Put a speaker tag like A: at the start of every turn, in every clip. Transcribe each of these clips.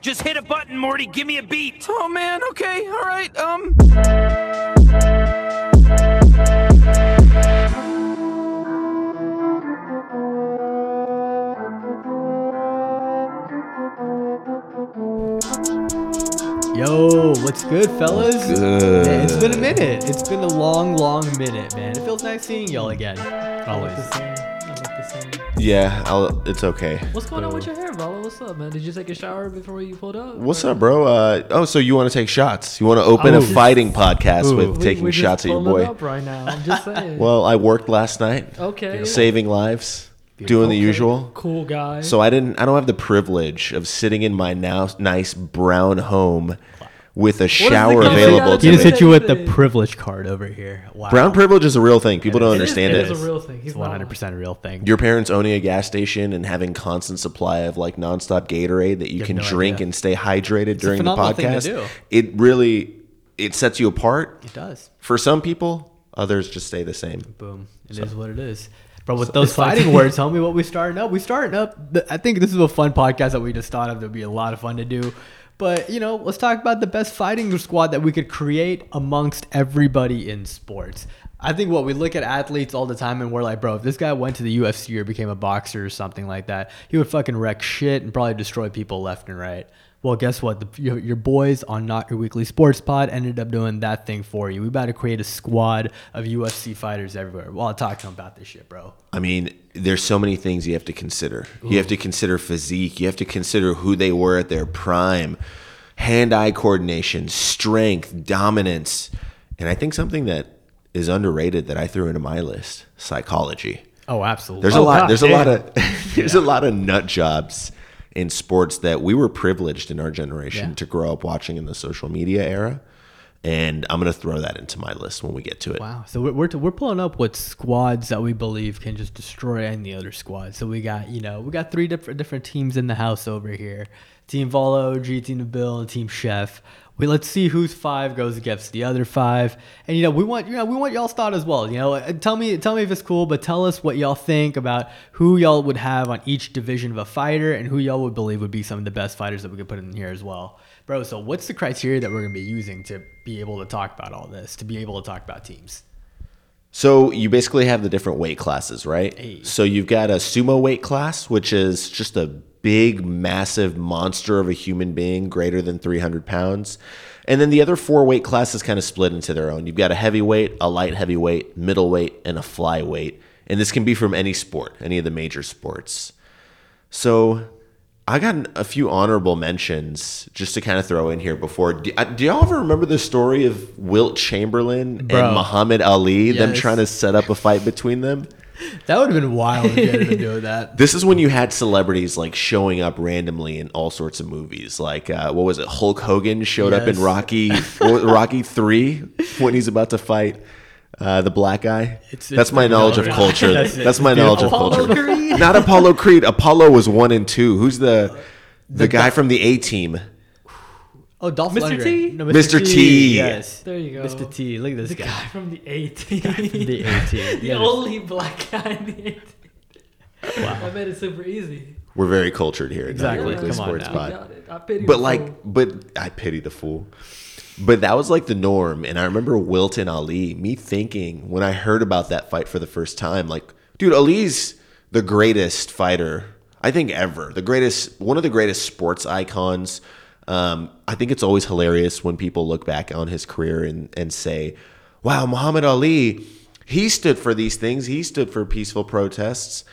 A: Just hit a button, Morty. Give me a beat.
B: Oh man, okay, all right. Um.
C: Yo, what's good, fellas?
D: Good.
C: Man, it's been a minute. It's been a long, long minute, man. It feels nice seeing y'all again. Always.
D: Yeah, I'll, it's okay.
E: What's going on with your hair, Vala? What's up, man? Did you take a shower before you pulled up?
D: What's up, bro? Uh, oh, so you want to take shots? You want to open a
C: Ooh.
D: fighting podcast
C: Ooh.
D: with
E: We-
D: taking
E: we're just
D: shots at your
E: pulling
D: boy?
E: Up right now. I'm just saying.
D: Well, I worked last night,
E: okay.
D: saving lives, doing the usual.
E: Cool guy.
D: So I didn't. I don't have the privilege of sitting in my now nice brown home with a
C: He
D: shower
E: the
C: just-
D: available
E: commonality
C: He
D: to
C: just
D: me.
C: hit you with the
E: Anything.
C: privilege card over here. Wow.
D: Brown privilege is a real thing. People don't
E: It is-
D: understand
E: it
D: it.
E: is a real thing. He's
C: It's
E: not-
C: 100% a real thing.
D: Your parents owning a gas station and having constant supply of like nonstop Gatorade that you
C: have
D: can
C: no
D: drink
C: idea.
D: and stay hydrated during the
C: phenomenal thing to
D: podcast.
C: do.
D: It really it sets you apart.
C: It does.
D: For some people, others just stay the same.
C: Boom. It is what it is. Bro, with those fighting words, tell me what we starting up. We starting up. The, I think this is a fun podcast that we just thought of. That'd be a lot of fun to do. But you know, let's talk about the best fighting squad that we could create amongst everybody in sports. I think what we look at athletes all the time and we're like, bro, if this guy went to the UFC or became a boxer or something like that, he would fucking wreck shit and probably destroy people left and right. Well, guess what? The, your, your boys on Not Your Weekly Sports Pod ended up doing that thing for you. We about to create a squad of UFC fighters everywhere. Well, I'll talk to them about this shit, bro.
D: I mean, there's so many things you have to consider. You have to consider physique, you have to consider who they were at their prime, hand-eye coordination, strength, dominance. And I think something that is underrated that I threw into my list, psychology.
C: Oh, absolutely.
D: There's a lot.
E: God
D: There's a
E: damn.
D: lot of. there's a lot of nut jobs in sports that we were privileged in our generation
C: Yeah.
D: to grow up watching in the social media era, and I'm gonna throw that into my list when we get to it.
C: Wow. So we're, we're, we're pulling up what squads that we believe can just destroy any other squad. So we got, you know, we got three different different teams in the house over here. Team Volo, G Team Nabil, and Team Chef. We let's see whose five goes against the other five. And you know, we want you know, we want y'all's thought as well. You know, Uh, tell me tell me if it's cool, but tell us what y'all think about who y'all would have on each division of a fighter and who y'all would believe would be some of the best fighters that we could put in here as well. Bro, so what's the criteria that we're gonna be using to be able to talk about all this, to be able to talk about teams?
D: So you basically have the different weight classes, right? So you've got a sumo weight class, which is just a big, massive monster of a human being, greater than 300 pounds. And then the other four weight classes kind of split into their own. You've got a heavyweight, a light heavyweight, middleweight, and a flyweight. And this can be from any sport, any of the major sports. So I got an- a few honorable mentions just to kind of throw in here before. Do, I- do y'all ever remember the story of Wilt Chamberlain
C: Bro.
D: and Muhammad Ali, them
C: Yes.
D: trying to set up a fight between them?
C: That would have been wild if you had been doing that.
D: This is when you had celebrities like showing up randomly in all sorts of movies. Like uh, what was it? Hulk Hogan showed up in
C: Yes.
D: Rocky what was it, Rocky Three when he's about to fight uh, the black guy.
C: It's-
D: that's
C: it's
D: my
C: pretty
D: knowledge of
C: relevant.
D: culture.
C: That's
D: that's,
C: it.
D: my knowledge of
C: Apollo
D: culture.
C: Creed.
D: Not Apollo Creed. Apollo was one and two. Who's the the, guy from the A Team?
C: Oh, Dolph
E: Mr.
C: Lundgren.
E: T?
C: No,
D: Mr. T.
C: Yes.
E: There you go.
C: Mr. T. Look at this
E: The
C: guy.
E: guy from the 18.
C: the 18,
E: the
C: yeah.
E: only black guy in the 18. Wow. I made it super easy.
D: We're very cultured here.
C: Exactly.
D: Exactly. Weekly
C: Come on
D: Sports
C: now.
E: I
D: Pod.
E: got it. I pity
D: But
E: the
D: like,
E: fool.
D: but I pity the fool. But that was like the norm, and I remember Wilton Ali. Me thinking when I heard about that fight for the first time, like, dude, Ali's the greatest fighter I think ever. The greatest, one of the greatest sports icons. Um, I think it's always hilarious when people look back on his career and and say, "Wow, Muhammad Ali, he stood for these things. He stood for peaceful protests."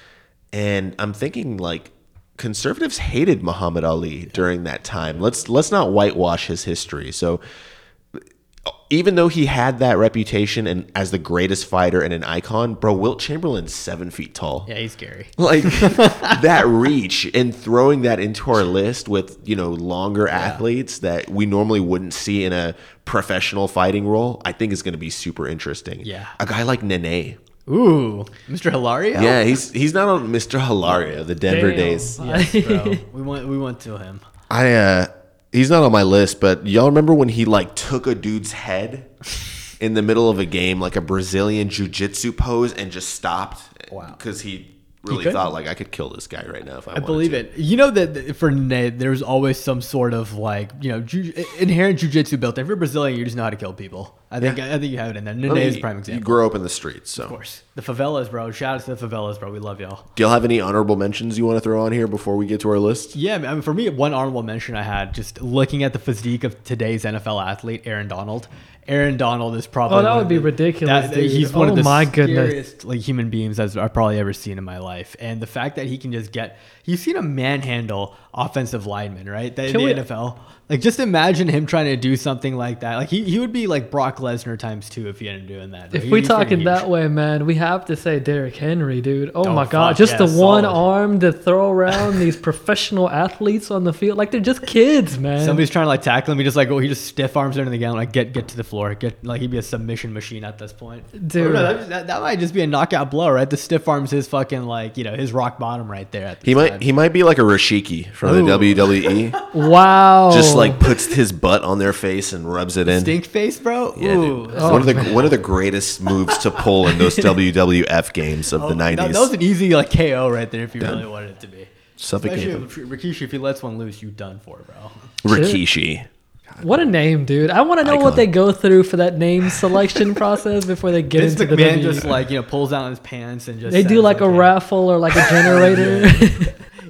D: And I'm thinking like conservatives hated Muhammad Ali during that time. Let's let's not whitewash his history. So even though he had that reputation and as the greatest fighter and an icon, bro, Wilt Chamberlain's seven feet tall.
C: Yeah, he's scary.
D: Like that reach and throwing that into our list with, you know, longer athletes that we normally wouldn't see in a professional fighting role, I think is gonna be super interesting.
C: Yeah.
D: A guy like Nene.
C: Ooh, Mr. Hilario.
D: Yeah, he's he's not on Mr. Hilario, the Denver
E: Damn.
D: days.
C: Yes, bro. we want we want to him.
D: I uh he's not on my list, but y'all remember when he like took a dude's head in the middle of a game, like a Brazilian jiu-jitsu pose and just stopped
C: Wow.
D: cuz he really
C: could.
D: thought like I could kill this guy right now if I,
C: I believe it. You know that that for Ned, there's always some sort of like you know ju- inherent jujitsu built. in. If you're Brazilian, you just know how to kill people. I think I think you have it in there. Nene is a prime
D: You
C: example.
D: grow up in the streets, so
C: Of course, the favelas, bro. Shout out to the favelas, bro. We love y'all.
D: do y'all have any honorable mentions you want to throw on here before we get to our list?
C: Yeah, I mean, for me, one honorable mention I had just looking at the physique of today's NFL athlete, Aaron Donald. Aaron Donald is probably
E: Oh, that
C: one
E: would
C: of
E: be
C: the-
E: ridiculous,
C: that-
E: dude.
C: He's one
E: Oh
C: of the
E: my goodness.
C: scariest like human beings as I've probably ever seen in my life, and the fact that he can just get you've seen him manhandle offensive linemen, right? That, in
E: Can
C: the
E: we-
C: NFL, like just imagine him trying to do something like that. Like he, he would be like Brock Lesnar times two if he ended up doing that.
E: If
C: He-
E: we
C: he's freaking
E: talking
C: huge.
E: that way, man, we have to say Derrick Henry, dude. Oh,
C: Oh,
E: my God,
C: fuck,
E: just
C: yeah,
E: the one
C: solid.
E: arm to throw around these professional athletes on the field, like they're just kids, man.
C: Somebody's trying to like tackle him. He just like oh, he just stiff arms into the ground. Like get get to the floor. Get like he'd be a submission machine at this point.
E: Dude.
D: Oh,
C: Or no, that, that, that might just be a knockout blow, right? The stiff arms his fucking like you know his rock bottom right there. At the
D: He might he might be like a Rashiki from
C: Ooh. Oh.
D: the WWE.
E: wow,
D: Just like puts his butt on their face and rubs it in.
C: stink face, bro.
D: Yeah,
C: Ooh.
D: dude. one of the one of the greatest moves to pull in those WWF games of the
C: That,
D: nineties.
C: that was an easy like KO right there if you really wanted it to be.
D: Suffocate
C: Especially
D: him.
C: if Rikishi, if he lets one loose, you done for, bro.
D: Rikishi.
E: what a name, dude. I want to know
D: Icon.
E: what they go through for that name selection process before they get
C: Vince
E: into the
C: McMahon
E: WWE.
C: just like you know pulls down his pants and just
E: they do
C: says,
E: like a
C: okay,
E: raffle or like a generator.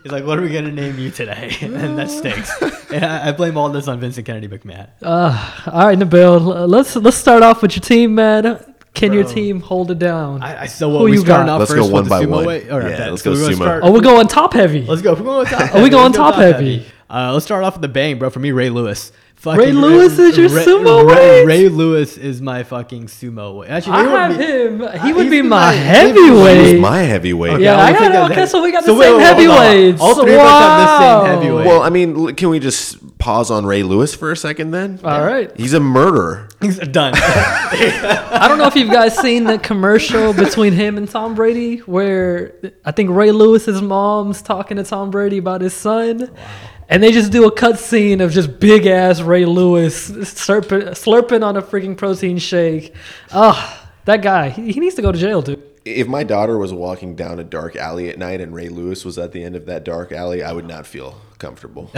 C: He's like, what are we gonna name you today? and that stinks. and I, I blame all this on Vincent Kennedy McMahon.
E: All right, Nabil, l- let's let's start off with your team, man. Can your
C: Bro.
E: team hold it down?
C: I, I so
E: Who
C: what we
E: you
C: starting
E: got?
C: off
D: Let's
C: first
D: go one
C: with
D: by
C: the sumo
D: one.
C: way. All right,
D: Yeah,
C: bet.
D: let's
C: So
D: go
C: we're gonna
D: sumo.
C: Start,
E: oh, we're going top heavy.
C: let's go. We're going top. heavy.
E: we
C: Let's
E: going
C: go
E: top heavy?
C: Uh, let's start off with the bang, bro. For me, Ray Lewis. Fucking
E: Ray Lewis is your sumo
C: Ray,
E: weight?
C: Ray Lewis is my fucking sumo weight. Actually,
E: I
C: he would
E: have
C: be-
E: him. He
C: Uh,
E: would
C: he's
E: be
C: been
E: my
C: like-
D: He
E: heavyweight.
D: was my heavyweight.
C: Okay,
E: Yeah,
C: wanna
E: I
C: pick
E: got-
C: up
E: okay,
C: that-
E: so we got the
C: wait,
E: same
C: wait, hold on.
E: heavyweights.
C: All three of us have the
E: Wow.
C: same heavyweight.
D: Well, I mean, l- can we just pause on Ray Lewis for a second then?
E: All right.
D: He's a murderer.
C: He's done.
E: I don't know if you've guys seen the commercial between him and Tom Brady, where I think Ray Lewis's mom's talking to Tom Brady about his son, and they just do a cut scene of just big ass Ray Lewis slurping, slurping on a freaking protein shake. Ugh, that guy, he, he needs to go to jail, dude.
D: If my daughter was walking down a dark alley at night and Ray Lewis was at the end of that dark alley, I would not feel comfortable.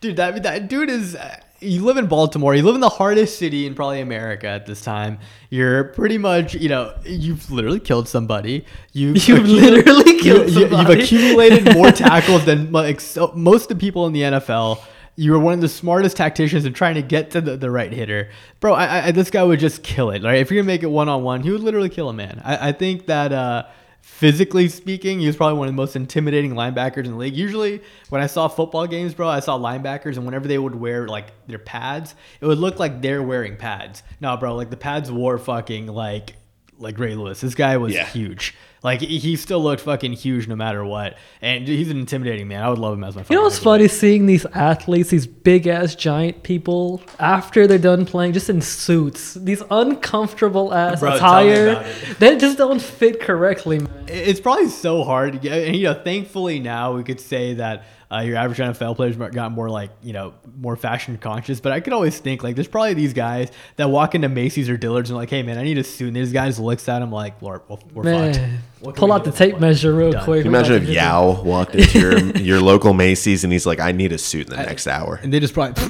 C: dude, that, that dude is. uh, You live in Baltimore. You live in the hardest city in probably America at this time. You're pretty much, you know, you've literally killed somebody. You've,
E: You've literally killed
C: you- you-
E: somebody.
C: You've accumulated more tackles than like, so, most of the people in the NFL. You were one of the smartest tacticians in trying to get to the, the right hitter, bro. I, I- I, this guy would just kill it. Like if you're gonna make it one on one, he would literally kill a man. I, I think that uh, physically speaking, he was probably one of the most intimidating linebackers in the league. Usually, when I saw football games, bro, I saw linebackers, and whenever they would wear like their pads, it would look like they're wearing pads. Nah, bro, like the pads wore fucking like like Ray Lewis. This guy was
D: Yeah.
C: huge. Like he he still looked fucking huge no matter what, and dude, he's an intimidating man. I would love him as my.
E: You know
C: fucking
E: what's
C: favorite.
E: funny? Seeing these athletes, these big ass giant people, after they're done playing, just in suits, these uncomfortable ass
C: Bro, tell me
E: attire,
C: about it.
E: they just don't fit correctly, man.
C: It- It's probably so hard. to get- And you know, thankfully now we could say that uh, your average NFL players mo- got more like you know more fashion conscious. But I could always think like there's probably these guys that walk into Macy's or Dillard's and like, hey man, I need a suit. And these guys looks at him like, Lord, we're, we're fucked.
E: Man,
C: What can
E: pull
C: we
E: out
C: do
E: the
C: at this
E: tape
C: point?
E: measure real
C: Done.
E: quick.
D: Can you
E: We're
D: imagine
E: about
D: if
E: to get
D: Yao walked into your your local Macy's and he's like, "I need a suit in the next hour."
C: And they just probably.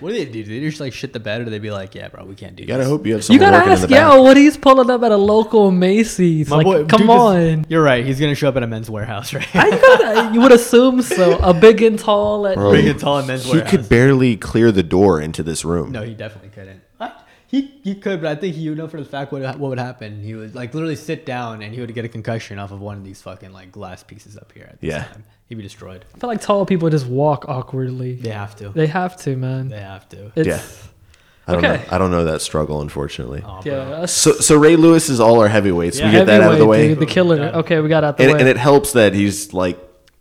C: What do they do? Do they just like shit the bed, or do they be like, "Yeah, bro, we can't do."
D: You gotta
C: this?
D: hope you have
E: this. You
D: someone
E: gotta
D: working
E: ask
D: in the back.
E: Yao what he's pulling up at a local Macy's.
C: My
E: like,
C: boy-
E: come
C: dude, this-
E: on.
C: you're right. He's gonna show up at a men's warehouse, right?
E: I- you, gotta- you would assume so. A big and tall. At,
C: Big and tall in men's
D: He
C: warehouse.
D: could barely clear the door into this room.
C: No, he definitely couldn't. What? He he could, but I think he would know for the fact what what would happen. He would like literally sit down and he would get a concussion off of one of these fucking like glass pieces up here. At this
D: Yeah.
C: time. he'd be destroyed.
E: I feel like tall people just walk awkwardly.
C: They have to. They,
E: They have to, man.
C: have to.
E: It's,
D: I don't
E: Okay.
D: know. I don't know that struggle, unfortunately.
C: Aw, bro.
E: Yeah, that's-
D: So, so Ray Lewis is all our heavyweights.
C: Yeah.
D: we get that out of the
E: Heavyweight,
D: way,
E: dude, the killer.
C: Done.
E: Okay, we got out the
D: and,
E: way.
D: and it helps that he's like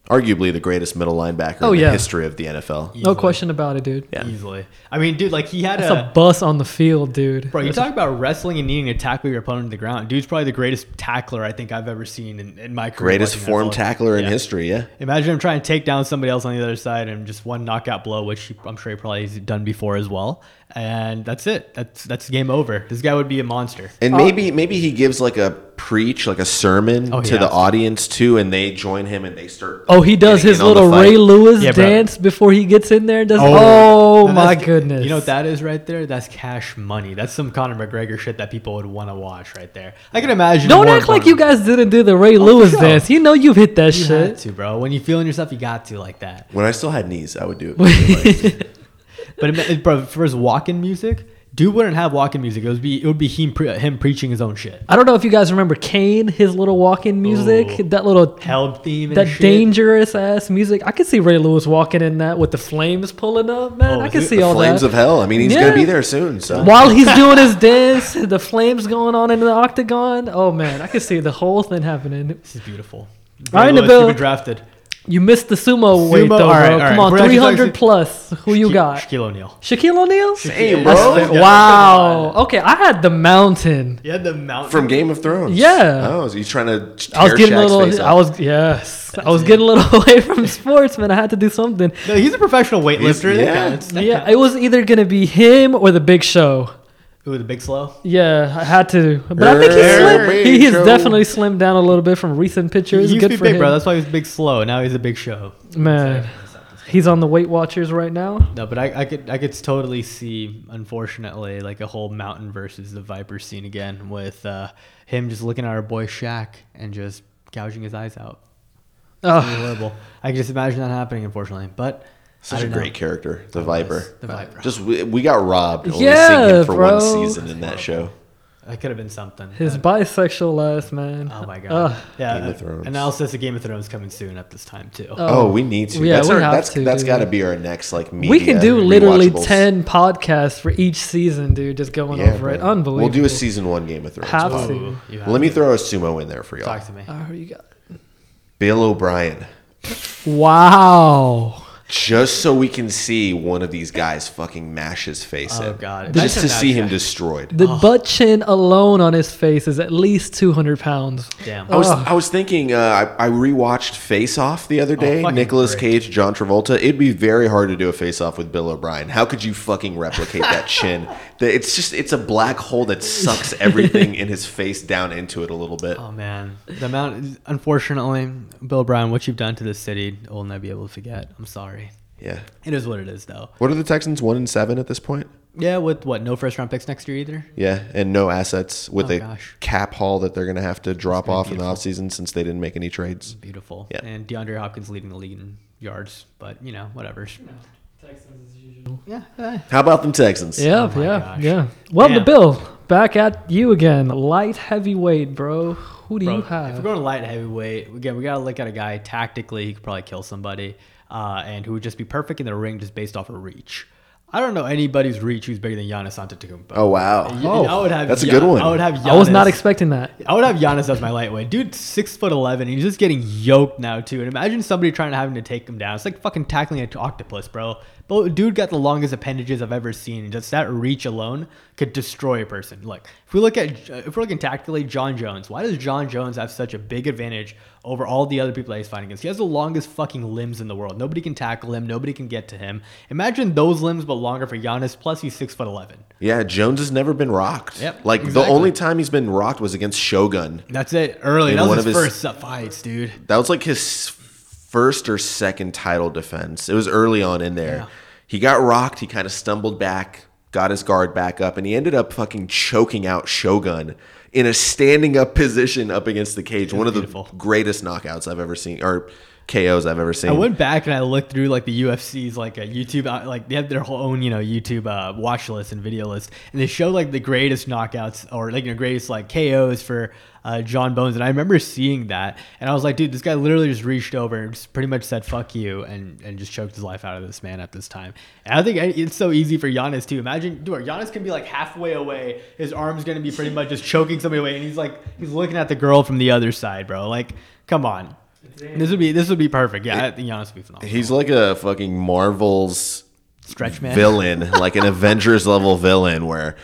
D: arguably the greatest middle linebacker
E: Oh,
D: in
E: yeah.
D: the history of the NFL.
E: no
C: Easily.
E: question about it, dude.
D: Yeah.
C: Easily. I mean, dude, like he had
E: That's
C: a,
E: a bus on the field, dude.
C: bro. You talk about wrestling and needing to tackle your opponent to the ground. Dude's probably the greatest tackler I think I've ever seen in, in my career.
D: Greatest
C: watching
D: form
C: NFL.
D: tackler in
C: Yeah.
D: history.
E: Uh,
D: Yeah,
C: Imagine him trying to take down somebody else on the other side and just one knockout blow, which he- I'm sure he probably has done before as well. And that's it. That's that's game over. This guy would be a monster.
D: and maybe maybe he gives like a preach like a sermon
C: Oh,
D: to
C: yeah.
D: the audience too, and they join him and they start.
E: Oh, he does
D: getting
E: his
D: in on the
E: little
D: fight.
E: Ray Lewis
F: Yeah, bro.
E: dance before he gets in there. Does
C: Oh,
E: oh,
C: and
E: my
C: that's-
E: goodness!
C: You know what that is right there? That's cash money. That's some Conor McGregor shit that people would want to watch right there. I can imagine.
E: Don't
C: Warren
E: act like
C: Buffett-
E: you guys didn't do the Ray Lewis
C: Oh, sure.
E: dance. You know you've hit that
C: You had
E: shit.
C: to, bro. When you're feeling yourself, you got to like that.
D: When I still had knees, I would do it.
C: But it, it, bro, for his walking music, dude wouldn't have walking music. It would be it would be him pre- him preaching his own shit.
E: I don't know if you guys remember Kane, his little walk-in music,
C: Ooh.
E: that little
C: Hell theme and
E: that
C: shit.
E: dangerous ass music. I could see Ray Lewis walking in that with the flames pulling up, man.
C: Oh,
E: I could
C: dude,
E: see
D: The
E: all
D: flames
E: that.
D: of hell. I mean, he's
E: Yeah.
D: gonna be there soon. So
E: While he's doing his dance, the flames going on in the octagon. Oh man, I could see the whole thing happening.
C: This is beautiful.
E: All right,
C: Ray Lewis,
E: Nabil.
C: You've been drafted.
E: You missed the sumo, weight though,
C: all right, all
E: bro. Come
C: right. We're
E: on,
C: actually
E: three
C: talking-
E: hundred plus. Who you
C: Shaqu-
E: got?
C: Shaquille O'Neal.
E: Shaquille O'Neal.
D: Damn, bro.
E: Wow. Okay, I had the mountain.
C: Yeah, the mountain.
D: From Game of Thrones.
E: Yeah.
D: Oh, so you trying to? Tear
E: I was
D: Shaq's
E: getting a
D: face
E: little.
D: off.
E: I was yes. I was getting a little away from sports, man. I had to do something.
C: No, he's a professional weightlifter.
D: yeah.
C: Yeah, it's- that
E: Yeah, it was either gonna be him or the Big Show.
C: Ooh, the big slow.
E: Yeah, I had to, but I think he
D: Er,
E: slim.
D: Big
E: He, he's
D: Show.
E: definitely slimmed down a little bit from recent
C: He used
E: pictures.
C: to
E: Good
C: be
E: for
C: big,
E: him,
C: bro. That's why he was big slow. Now he's a big show.
E: man. He's on the Weight Watchers right now.
C: No, but I, I could I could totally see, unfortunately, like a whole mountain versus the Viper scene again with uh, him just looking at our boy Shaq and just gouging his eyes out. It's gonna
E: Ugh.
C: be horrible. I can just imagine that happening, unfortunately. But I
D: Such a
C: don't
D: great
C: know.
D: character, the Viper.
C: the Viper.
D: Just we, we got robbed. Only
E: Yeah,
D: yeah, seeing him for
E: bro.
D: one season in that show.
C: That could have been something.
E: His bisexual ass, man.
C: oh my god.
E: Ugh.
C: yeah.
D: Game of
C: uh,
D: Thrones.
C: Analysis of Game of Thrones coming soon at this time too.
D: Oh, we need to.
E: yeah,
D: that's
E: we
D: our,
E: have
D: that's
E: to,
D: that's
E: dude.
D: got to be our next like media.
E: we can do literally
D: rewatchables.
E: ten podcasts for each season, dude. Just going
D: Yeah,
E: over it.
D: bro.
E: Unbelievable.
D: We'll do a season one Game of Thrones.
E: Have
D: one.
E: to.
C: Ooh, you have
D: Let me
C: to
D: throw a sumo in there for y'all.
C: talk to me.
E: Oh, you got-
D: Bill O'Brien,
E: Wow.
D: just so we can see one of these guys fucking mash his face
C: Oh
D: in.
C: god.
D: Just to
C: Imagine
D: see
C: that
D: him
C: Shaq.
D: destroyed.
E: The butt chin alone on his face is at least 200 pounds.
C: Damn.
D: I was, I was thinking, uh, I, I rewatched Face Off the other day.
C: Oh, fucking
D: Nicolas
C: great.
D: Cage, John Travolta. It'd be very hard to do a face off with Bill O'Brien. How could you fucking replicate that chin? The- It's just, it's a black hole that sucks everything in his face down into it a little bit.
C: Oh man, the amount. Unfortunately, Bill Brown, what you've done to this city, I will never be able to forget. I'm sorry.
D: Yeah.
C: It is what it is, though.
D: What are the Texans? One and seven at this point?
C: Yeah, with what no first round picks next year either.
D: Yeah, and no assets with
C: Oh,
D: a
C: gosh.
D: cap haul that they're going to have to drop off in the offseason since they didn't make any trades.
C: Beautiful.
D: Yeah.
C: And DeAndre Hopkins leading the league in yards, but you know whatever. Yeah. eh.
D: How about them Texans?
E: Yeah,
C: Oh my
E: yeah,
C: gosh.
E: yeah. Well,
C: Damn.
E: the bill back at you again. Light heavyweight, bro. Who do
C: Bro,
E: you
C: if
E: have?
C: we're going light heavyweight, again, we gotta look at a guy tactically he could probably kill somebody, uh, and who would just be perfect in the ring just based off of reach. I don't know anybody's reach who's bigger than Giannis Antetokounmpo.
D: Oh, wow.
C: Y- I would have
D: that's a
C: Gian-
D: good one.
C: I would have. Giannis.
E: I was not expecting that.
C: I would have Giannis as my lightweight. Dude, six foot eleven, and he's just getting yoked now too. And imagine somebody trying to have him to take him down. It's like fucking tackling an octopus, bro. But dude got the longest appendages I've ever seen. Just that reach alone could destroy a person. Look, if we look at if we're looking tactically, John Jones. Why does John Jones have such a big advantage over all the other people that he's fighting against? He has the longest fucking limbs in the world. Nobody can tackle him. Nobody can get to him. Imagine those limbs, but longer for Giannis. Plus, he's six foot eleven.
D: Yeah, Jones has never been rocked.
C: Yep,
D: like the
C: exactly.
D: only time he's been rocked was against Shogun.
C: That's it. Early.
D: In
C: that
D: one
C: was his,
D: of his-
C: first first fights, dude.
D: That was like his first or second title defense. It was early on in there.
C: Yeah.
D: He got rocked. He kind of stumbled back, got his guard back up, and he ended up fucking choking out Shogun in a standing up position up against the cage. One of
C: beautiful.
D: the greatest knockouts I've ever seen, or KOs I've ever seen.
C: I went back and I looked through like the UFC's like a YouTube uh, like they have their whole own you know YouTube uh, watch list and video list and they show like the greatest knockouts or like the greatest like KOs for uh, John Bones and I remember seeing that and I was like dude this guy literally just reached over and just pretty much said fuck you and and just choked his life out of this man at this time and I think I- it's so easy for Giannis too imagine dude Giannis can be like halfway away his arm's gonna be pretty much just choking somebody away and he's like he's looking at the girl from the other side bro like come on. This would be this would be perfect. Yeah, I think Giannis would be phenomenal.
D: He's like a fucking Marvel's
C: Stretch man.
D: villain, like an Avengers level villain, where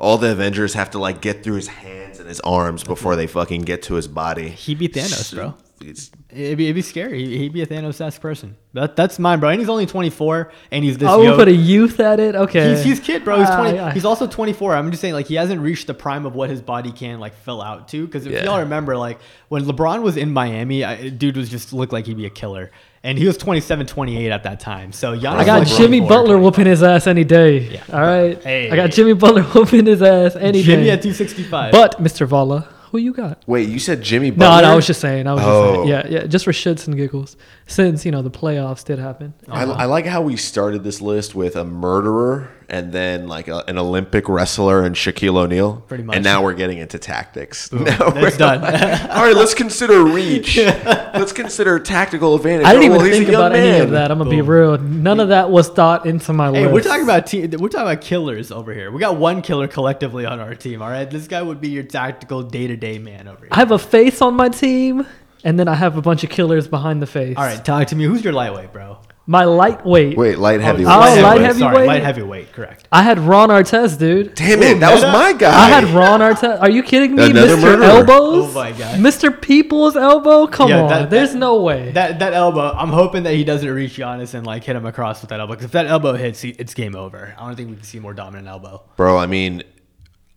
D: all the Avengers have to like get through his hands and his arms before they fucking get to his body.
C: He beat Thanos, bro.
D: it's,
C: It'd be, it'd be scary. He'd he'd be a Thanos-esque person. That, that's mine, bro. And he's only 24, and he's this
E: I would
C: young.
E: put a youth at it. Okay.
C: He's, he's kid, bro. He's
E: Ah,
C: twenty.
E: yeah.
C: He's also twenty four. I'm just saying, like he hasn't reached the prime of what his body can like fill out to. Because if
D: Yeah.
C: y'all remember, like when LeBron was in Miami, I, dude was just looked like he'd be a killer, and he was 27, 28 at that time. So Giannis
E: I got
C: was, like,
E: Jimmy
C: 24,
E: Butler
C: 25.
E: whooping his ass any day. All right.
C: Hey.
E: I got Jimmy Butler whooping his ass any
C: Jimmy
E: day.
C: at two sixty five.
E: but Mr. Valla, who you got?
D: wait, you said Jimmy
E: No,
D: Butler?
E: no, I was just saying. I was
D: Oh.
E: just saying. Yeah, yeah, just for shits and giggles. Since, you know, the playoffs did happen.
C: Oh,
D: I, I like how we started this list with a murderer and then like a, an Olympic wrestler and Shaquille O'Neal.
C: Pretty much.
D: And now we're getting into tactics. Now we're
C: that's done.
D: like, All right, let's consider reach. let's consider tactical advantage.
E: I didn't
D: Oh,
E: even
D: well, he's a
E: think
D: young
E: about any of
D: man.
E: that. I'm gonna be
C: Boom.
E: real. None of that was thought into my
C: Hey,
E: list.
C: we're talking about team. We're talking about killers over here. We got one killer collectively on our team. All right, this guy would be your tactical day to day man over here.
E: I have a face on my team, and then I have a bunch of killers behind the face.
C: all right, talk to me. Who's your lightweight, bro?
E: my lightweight.
D: Wait, light heavyweight.
E: Oh,
C: Lightweight,
E: light
C: Sorry,
E: heavyweight?
C: light heavyweight. Correct.
E: I had Ron Artest, dude.
D: Damn it, that was my guy.
E: I had Ron Artest. Are you kidding me?
D: Another
E: Mr.
D: murderer.
E: Elbows?
C: Oh my God.
E: Mr. People's elbow? Come
C: Yeah,
E: on.
C: that-
E: There's
C: that-
E: no way.
C: That that elbow, I'm hoping that he doesn't reach Giannis and like hit him across with that elbow. Because if that elbow hits, he- it's game over. I don't think we can see a more dominant elbow.
D: Bro, I mean,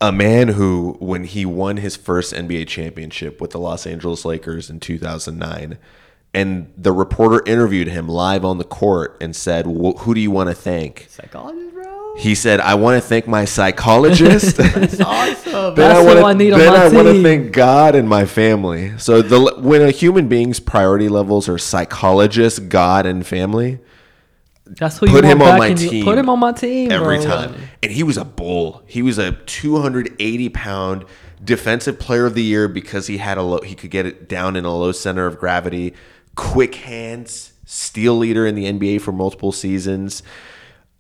D: a man who, when he won his first NBA championship with the Los Angeles Lakers in 2009, and the reporter interviewed him live on the court and said, "Wh- Who do you want to thank?
C: Psychologist, "Oh, bro.
D: He said, I want to thank my psychologist.
C: It's awesome.
D: Then
E: That's
D: I
E: who
D: want
E: I need
D: to
E: on
D: then
E: my
D: I want to
E: team.
D: thank God and my family. So the when a human being's priority levels are psychologist, God, and family,
E: That's who you
D: put
E: want
D: him on
E: back
D: my
E: in your-
D: team
E: Put him on my team
D: every
E: bro.
D: time. And he was a bull. He was a 280 pound defensive player of the year because he had a low, he could get it down in a low center of gravity, quick hands, steal leader in the NBA for multiple seasons.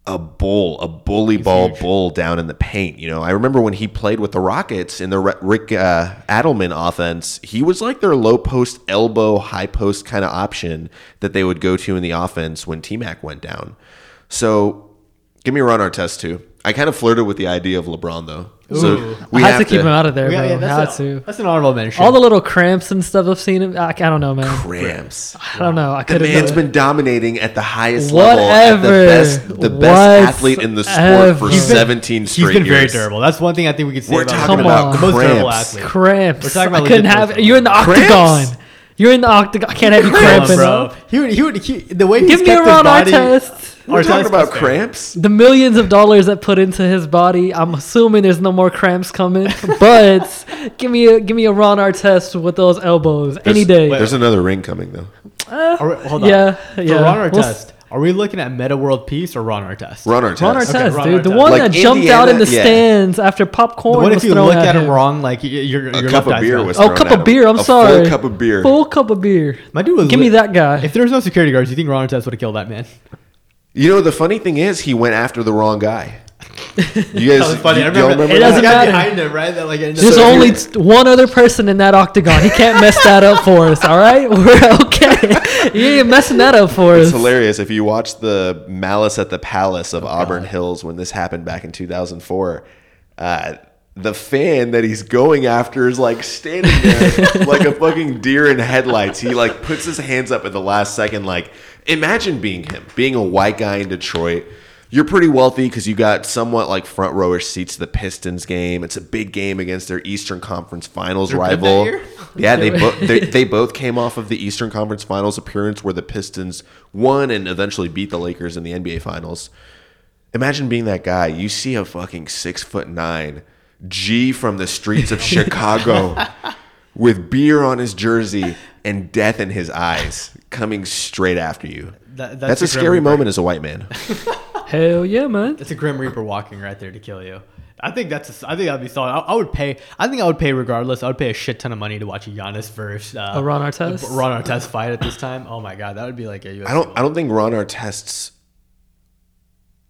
D: A bull, a bully ball bull down in the paint. You know, I remember when he played with the Rockets in the Re- Rick uh, Adelman offense. He was like their low post, elbow, high post kind of option that they would go to in the offense when T Mac went down. So Give me Ron Artest too. I kind of flirted with the idea of LeBron though.
C: Ooh.
D: So we
E: I had
D: have
E: to keep him out of there,
C: We got-
E: bro.
C: yeah,
E: Had
C: that's, a-
E: to.
C: that's an honorable mention.
E: All the little cramps and stuff I've seen him. I, I don't know, man.
D: Rams.
E: I don't know. I
D: The
E: could
D: man's
E: have.
D: been dominating at the highest level,
E: Whatever.
D: at the best, the best athlete in the sport for
E: Whatever. He's been-
D: 17
C: He's
D: straight
C: been very
D: years.
C: durable. That's one thing I think we can say.
D: We're
C: about
D: talking
C: him.
E: about
C: the most durable
D: cramps.
C: athlete.
E: Cramps.
C: We're talking about
E: I couldn't
C: legit
E: have.
C: person.
E: You're in the
D: Cramps?
E: octagon. You're in the octagon. I can't have you
C: Come on,
E: cramping,
C: bro. He would, he would, he, the way he's
E: Give me
C: kept
E: a
C: his
E: Ron
C: body,
E: Artest.
D: We're talking
C: Artest
D: about
C: was fair.
D: cramps.
E: the millions of dollars that put into his body. I'm assuming there's no more cramps coming, but give me a give me a Ron Artest with those elbows any day.
D: There's another ring coming though.
C: Are we- hold on.
E: Yeah,
C: For
E: yeah.
C: Ron
E: We'll
C: Artest,
E: s-
C: are we looking at Meta World Peace or Ron Artest?
D: Ron Artest.
E: Ron Artest,
C: Ron
E: dude, the
C: Artest.
E: one
D: Like
E: that jumped out in the
D: Indiana- yeah.
E: stands after popcorn
C: What if
E: was
C: you
E: thrown
C: look
E: at,
C: at
E: him
C: him wrong? Like y- y- your
D: A
C: your left
D: cup of
C: eye's
D: beer
C: gone.
D: was
E: Oh,
D: thrown
E: cup
D: at
E: of
D: him.
E: beer. I'm
D: A
E: sorry.
D: Full cup of beer.
E: Full cup of beer.
C: My dude was
E: Give me
C: lit.
E: that guy.
C: If there was no security guards, you think Ron Artest would have killed that man?
D: You know the funny thing is he went after the wrong guy. You guys,
C: That was funny.
D: you,
C: I
D: y'all
C: remember,
D: remember
E: It
D: that?
E: doesn't
C: the guy
E: matter.
C: behind him, right? That, like, ended up-
E: There's
D: So
E: only
D: here-
E: t- one other person in that octagon. He can't mess that up for us. All right, we're okay. He ain't messing that up for
D: It's
E: us.
D: hilarious if you watch the Malice at the Palace of Auburn Hills when this happened back in 2004. Uh, the fan that he's going after is like standing there like a fucking deer in headlights. He like puts his hands up at the last second. Like, imagine being him, being a white guy in Detroit. You're pretty wealthy because you got somewhat like front rowish seats to the Pistons game. It's a big game against their Eastern Conference Finals
C: good that
D: rival.
C: year?
D: Yeah, they both they, they both came off of the Eastern Conference Finals appearance where the Pistons won and eventually beat the Lakers in the NBA Finals. Imagine being that guy. You see a fucking six foot nine G from the streets of Chicago with beer on his jersey and death in his eyes coming straight after you.
C: That- that's
D: that's, a,
C: a grim
D: scary
C: reaper.
D: moment as a white man.
E: Hell yeah, man.
C: It's a Grim Reaper walking right there to kill you. I think that's. A, I think that'd be solid. I, I would pay. I think I would pay regardless. I would pay a shit ton of money to watch a Giannis versus uh,
E: A Ron Artest?
C: a Ron Artest fight at this time. Oh my god, that would be like a. UFC
D: I don't I don't think Ron Artest's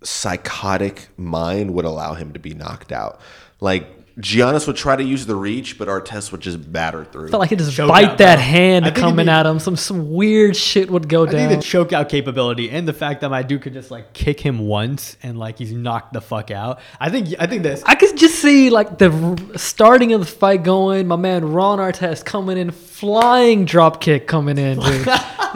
D: psychotic mind would allow him to be knocked out. Like Giannis would try to use the reach, but Artest would just batter through.
E: felt like he just
C: Showdown,
E: bite that
C: bro. I
E: hand
C: think it'd
E: coming
C: be-
E: at him. Some some weird shit would go
C: I
E: down.
C: think the choke out capability and the fact that my dude could just like kick him once and like he's knocked the fuck out. I think. I think this.
E: I could just see like the r- starting of the fight going. My man Ron Artest coming in flying drop kick coming in, dude.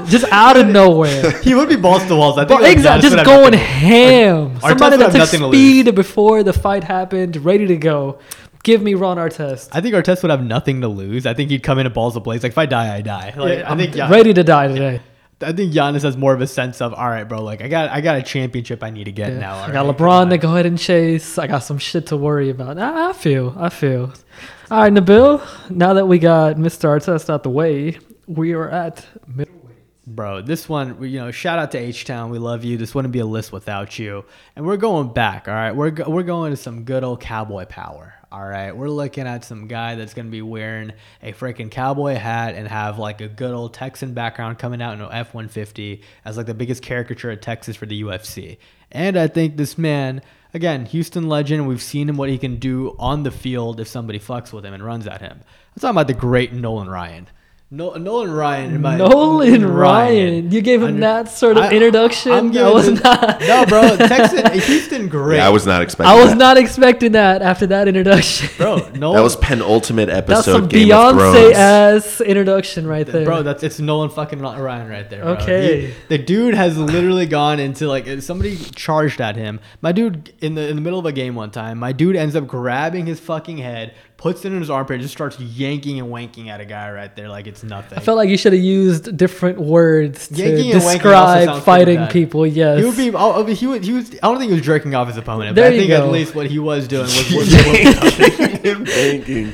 E: just out of nowhere.
C: He would be balls to walls. I think.
E: But
C: like
E: exactly,
C: that's
E: just
C: what I'm
E: going
C: thinking.
E: ham.
C: Ar-
E: Somebody
C: Arteta
E: that
C: have
E: took
C: nothing to lose.
E: speed before the fight happened, ready to go. Give me Ron Artest.
C: I think Artest would have nothing to lose. I think he'd come in at balls ablaze. Like if I die, I die. Like I
E: I'm
C: think Gian-
E: ready to die today.
C: I think Giannis has more of a sense of all right, bro. Like I got I got a championship I need to get now.
E: I
C: all
E: got
C: right?
E: LeBron to go ahead and chase. I got some shit to worry about. I, I feel, I feel. All right, Nabil. Now that we got Mr. Artest out the way, we are at middle.
C: Bro, this one, we- you know, shout out to H Town. We love you. This wouldn't be a list without you. And we're going back, all right? We're, go- we're going to some good old cowboy power, all right? We're looking at some guy that's going to be wearing a freaking cowboy hat and have like a good old Texan background coming out in an F 150 as like the biggest caricature of Texas for the UFC. And I think this man, again, Houston legend, we've seen him what he can do on the field if somebody fucks with him and runs at him. I'm talking about the great Nolan Ryan. No, Nolan Ryan, in my
E: Nolan Ryan. You gave him
C: Under-
E: that sort of
C: I-
E: introduction. i
C: giving
E: was
C: this-
E: not.
C: No, bro. Texan, Houston, great.
D: Yeah, I was not expecting.
E: I was
D: that.
E: not expecting that after that introduction.
C: Bro, Nolan.
D: That was penultimate episode.
E: That's some
D: Game of
E: Beyonce
D: Thrones.
E: ass introduction right there.
C: Bro, that's it's Nolan fucking Ryan right there. Bro.
E: Okay.
C: He- the dude has literally gone into like if somebody charged at him. My dude in the in the middle of a game one time, my dude ends up grabbing his fucking head, puts it in his armpit, and just starts yanking and wanking at a guy right there like it's nothing.
E: I felt like you should have used different words to
C: Yanking and wanking also
E: describe
C: sounds
E: fighting
C: pretty bad.
E: people. Yes.
C: he would be. oh, oh, He would. He was. I don't think he was jerking off his opponent.
E: There
C: but I
E: you
C: think
E: go.
C: at least what he was doing was. was- was
D: Thinking.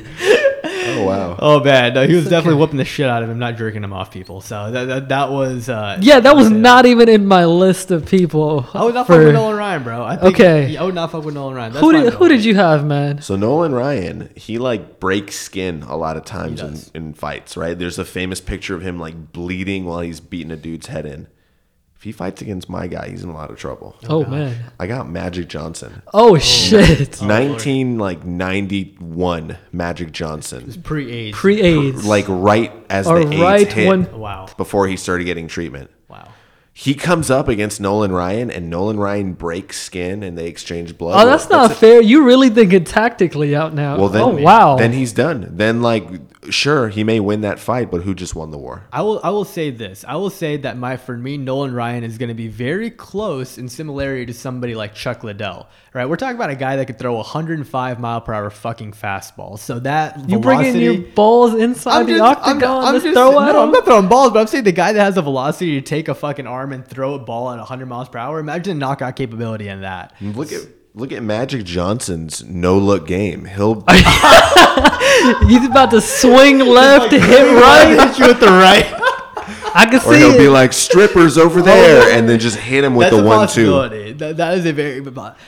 D: Oh wow.
C: Oh man, no, he was definitely whooping the shit out of him, not jerking him off people. So that that, that was uh,
E: yeah, that was not even in my list of people.
C: I would not
E: for-
C: fuck with Nolan Ryan, bro. I think,
E: Okay.
C: I would not fuck with Nolan Ryan. That's
E: Who
C: my
E: did, who
C: Nolan.
E: did you have, man?
D: So Nolan Ryan, he like breaks skin a lot of times in,
C: does.
D: in fights, right? There's a famous picture of him like bleeding while he's beating a dude's head in. If he fights against my guy, he's in a lot of trouble.
E: Oh, man.
D: I got Magic Johnson.
E: Oh, shit.
D: 19 like 91 Magic Johnson.
C: pre-age?
E: Pre AIDS.
D: Like right as
E: Or
D: the AIDS
E: right
D: hit
E: when-
C: wow,
D: before he started getting treatment.
C: wow.
D: He comes up against Nolan Ryan and Nolan Ryan breaks skin and they exchange blood.
E: oh, that's not fair. You really thinking tactically out now.
D: Well, then,
E: oh, wow.
D: Then he's done. Then, like, sure, he may win that fight, but who just won the war?
C: I will I will say this. I will say that my for me Nolan Ryan is going to be very close in similarity to somebody like Chuck Liddell. Right? We're talking about a guy that could throw 105 mile per hour fucking fastball. So that
E: you bringing
C: velocity-
E: your balls inside the octagon to throw
C: no,
E: at him?
C: I'm not throwing balls, but I'm saying the guy that has the velocity to take a fucking arm and throw a ball at 100 miles per hour. Imagine the knockout capability in that.
D: Look at look at Magic Johnson's no look game. He'll
E: He's about to swing left, hit right.
C: hit you with the right.
E: I can
D: or
E: see
D: he'll
E: it. Oh,
D: be like strippers over there, and then just hit him with
C: That's
D: the
C: a
D: one two.
C: possibility. That, that is a very.